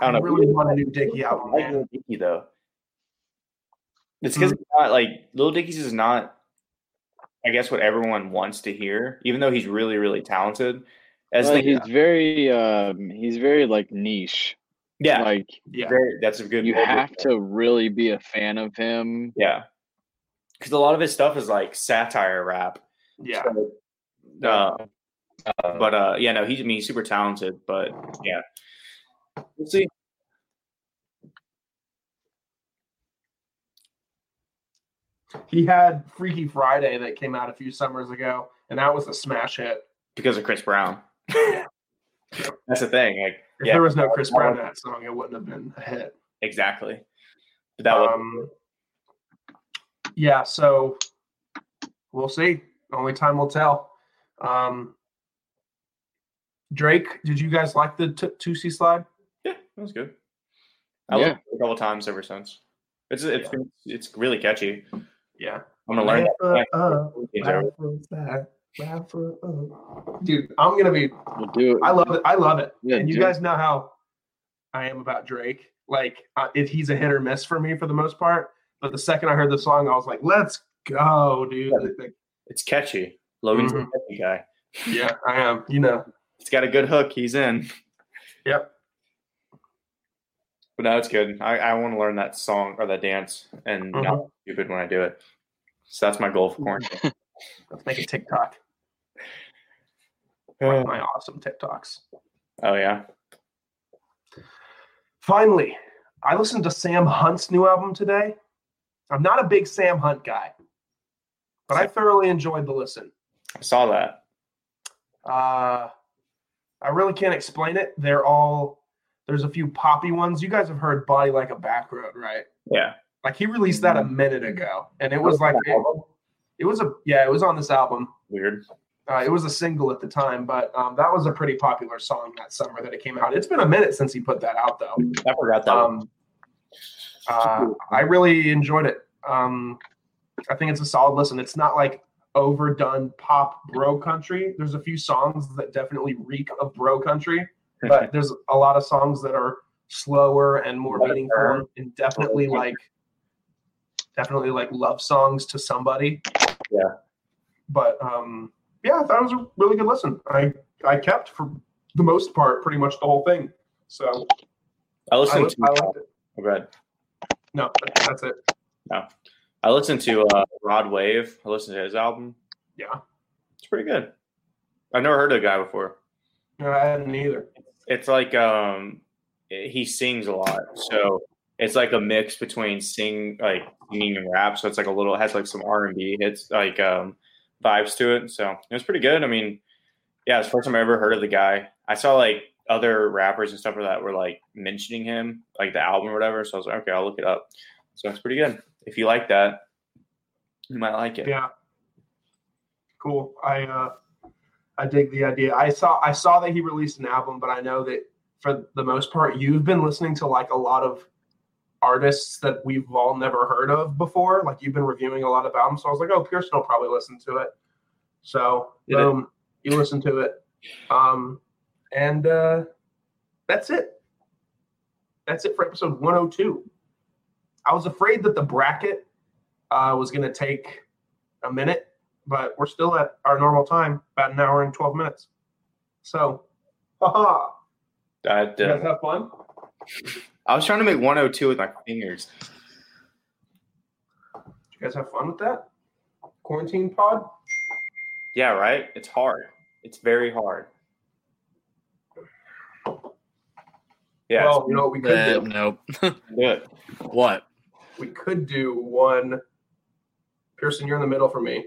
B: I
A: I
B: don't know.
A: really want a new Dickie album,
B: I like
A: man.
B: Lil Dicky though. It's
C: Mm.
B: because it's not like Lil Dicky's is not, I guess, what everyone wants to hear. Even though he's really, really talented, as the,
C: Well,
A: uh,
C: he's very um he's very like niche.
B: yeah,
C: Like
A: Yeah.
B: very- that's a good.
C: you
B: word.
C: have to really be a fan of him.
B: yeah, because a lot of his stuff is like satire rap.
A: Yeah.
B: So, uh, uh, but uh, yeah, no, he's I mean, he's super talented, but yeah, we'll see.
A: He had Freaky Friday that came out a few summers ago, and that was a smash hit.
B: because of Chris Brown. That's the thing. Like,
A: If
B: yeah,
A: there was no Chris Brown in that song, it wouldn't have been a hit.
B: exactly. But that was
A: um, yeah, so we'll see. Only time will tell. Um, Drake, did you guys like the t- 2C slide?
B: yeah, that was good. I
C: Yeah.
B: looked at it a couple times ever since. It's it's it's really catchy. I'm
A: Yeah.
B: gonna learn. that.
A: Dude, I'm gonna be.
C: We'll do it.
A: I love it. I love it.
C: Yeah,
A: and you
C: dude.
A: guys know how I am about Drake. Like, uh, if he's a hit or miss for me for the most part, but the second I heard the song, I was like, "Let's go, dude!" Like,
B: It's catchy. Logan's
A: Mhm.
B: a catchy guy.
A: yeah, I am. You know.
B: It's got a good hook. He's in.
A: Yep.
B: But no, it's good. I, I want to learn that song or that dance and
A: Mhm.
B: not be stupid when I do it. So that's my goal for quarantine.
A: Let's make a TikTok.
B: oh
A: My awesome TikToks.
B: yeah.
A: Finally, I listened to Sam Hunt's new album today. I'm not a big Sam Hunt guy, but I thoroughly enjoyed the listen.
B: I saw that.
A: Uh, I really can't explain it. They're all there's a few poppy ones. You guys have heard "Body Like a Back Road," right?
B: Yeah.
A: Like he released that a minute ago, and it was like it, was a yeah, it was on this album.
B: Weird.
A: Uh, it was a single at the time, but um, that was a pretty popular song that summer that it came out. It's been a minute since he put that out though.
B: I forgot that. one.
A: Um, uh, I really enjoyed it. Um, I think it's a solid listen. It's not like overdone pop bro country. There's a few songs that definitely reek of bro country, but there's a lot of songs that are slower and more meaningful and definitely like definitely like love songs to somebody.
B: Yeah.
A: But um yeah, I thought it was a really good listen. I I kept for the most part pretty much the whole thing. So
B: I
A: I,
B: listened
A: li- I
B: to.
A: liked it.
B: oh, go ahead.
A: No, that- that's it.
B: I listened to uh, Rod Wave. I listened to his album.
A: Yeah.
B: It's pretty good. I've never heard of the guy before.
A: No, I hadn't either.
B: It's like um, he sings a lot, so it's like a mix between sing like singing and rap. So it's like a little it has like some R and B hits like um, vibes to it. So it was pretty good. I mean, yeah, it's the first time I ever heard of the guy. I saw like other rappers and stuff like that were like mentioning him, like the album or whatever. So I was like, okay, I'll look it up. So it's pretty good. If you like that, you might like it.
A: Yeah. Cool. I uh I dig the idea. I saw I saw that he released an album, but I know that for the most part you've been listening to like a lot of artists that we've all never heard of before. Like you've been reviewing a lot of albums. So I was like, oh Pearson will probably listen to it. So
B: Did it.
A: boom, you listen to it. Um and uh that's it. That's it for episode 102. I was afraid that the bracket uh, was going to take a minute, but we're still at our normal time, about an hour and 12 minutes. So, haha.
B: I,
A: You
B: didn't-
A: guys have fun?
B: uh, I was trying to make 102 with my fingers.
A: Did you guys have fun with that? Quarantine pod?
B: Yeah, right? It's hard. It's very hard. Yeah,
A: well, you know what we could
D: Uh,
A: do?
D: nope.
B: do it.
D: What?
A: We could do one. Pearson, you're in the middle for me.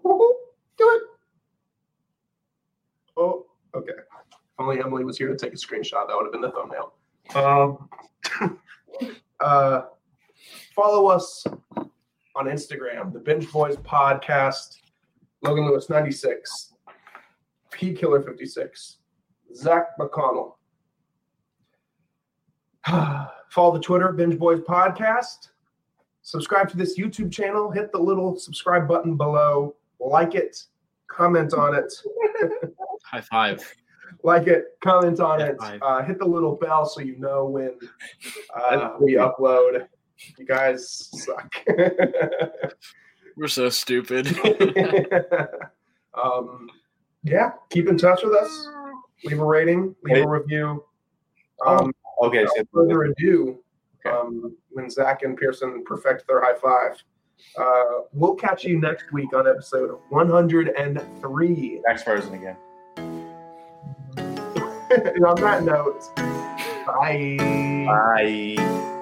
A: Do it. Oh, okay. If only Emily was here to take a screenshot. That would have been the thumbnail. Um, uh, follow us on Instagram, the Binge Boys Podcast, Logan Lewis 96, P Killer 56, Zach McConnell. follow the Twitter, Binge Boys Podcast. Subscribe to this YouTube channel. Hit the little subscribe button below. Like it, comment on it
D: High five.
A: like it, comment on
D: Yeah,
A: it,
D: five.
A: uh, hit the little bell so you know when uh, we upload. You guys suck.
D: We're so stupid.
A: um, yeah, keep in touch with us. Leave a rating, leave a review. Um,
B: Okay, so
A: further ado, um, when Zach and Pearson perfect their high five, uh, we'll catch you next week on episode 103.
B: next person again.
A: and on that note, bye.
B: Bye.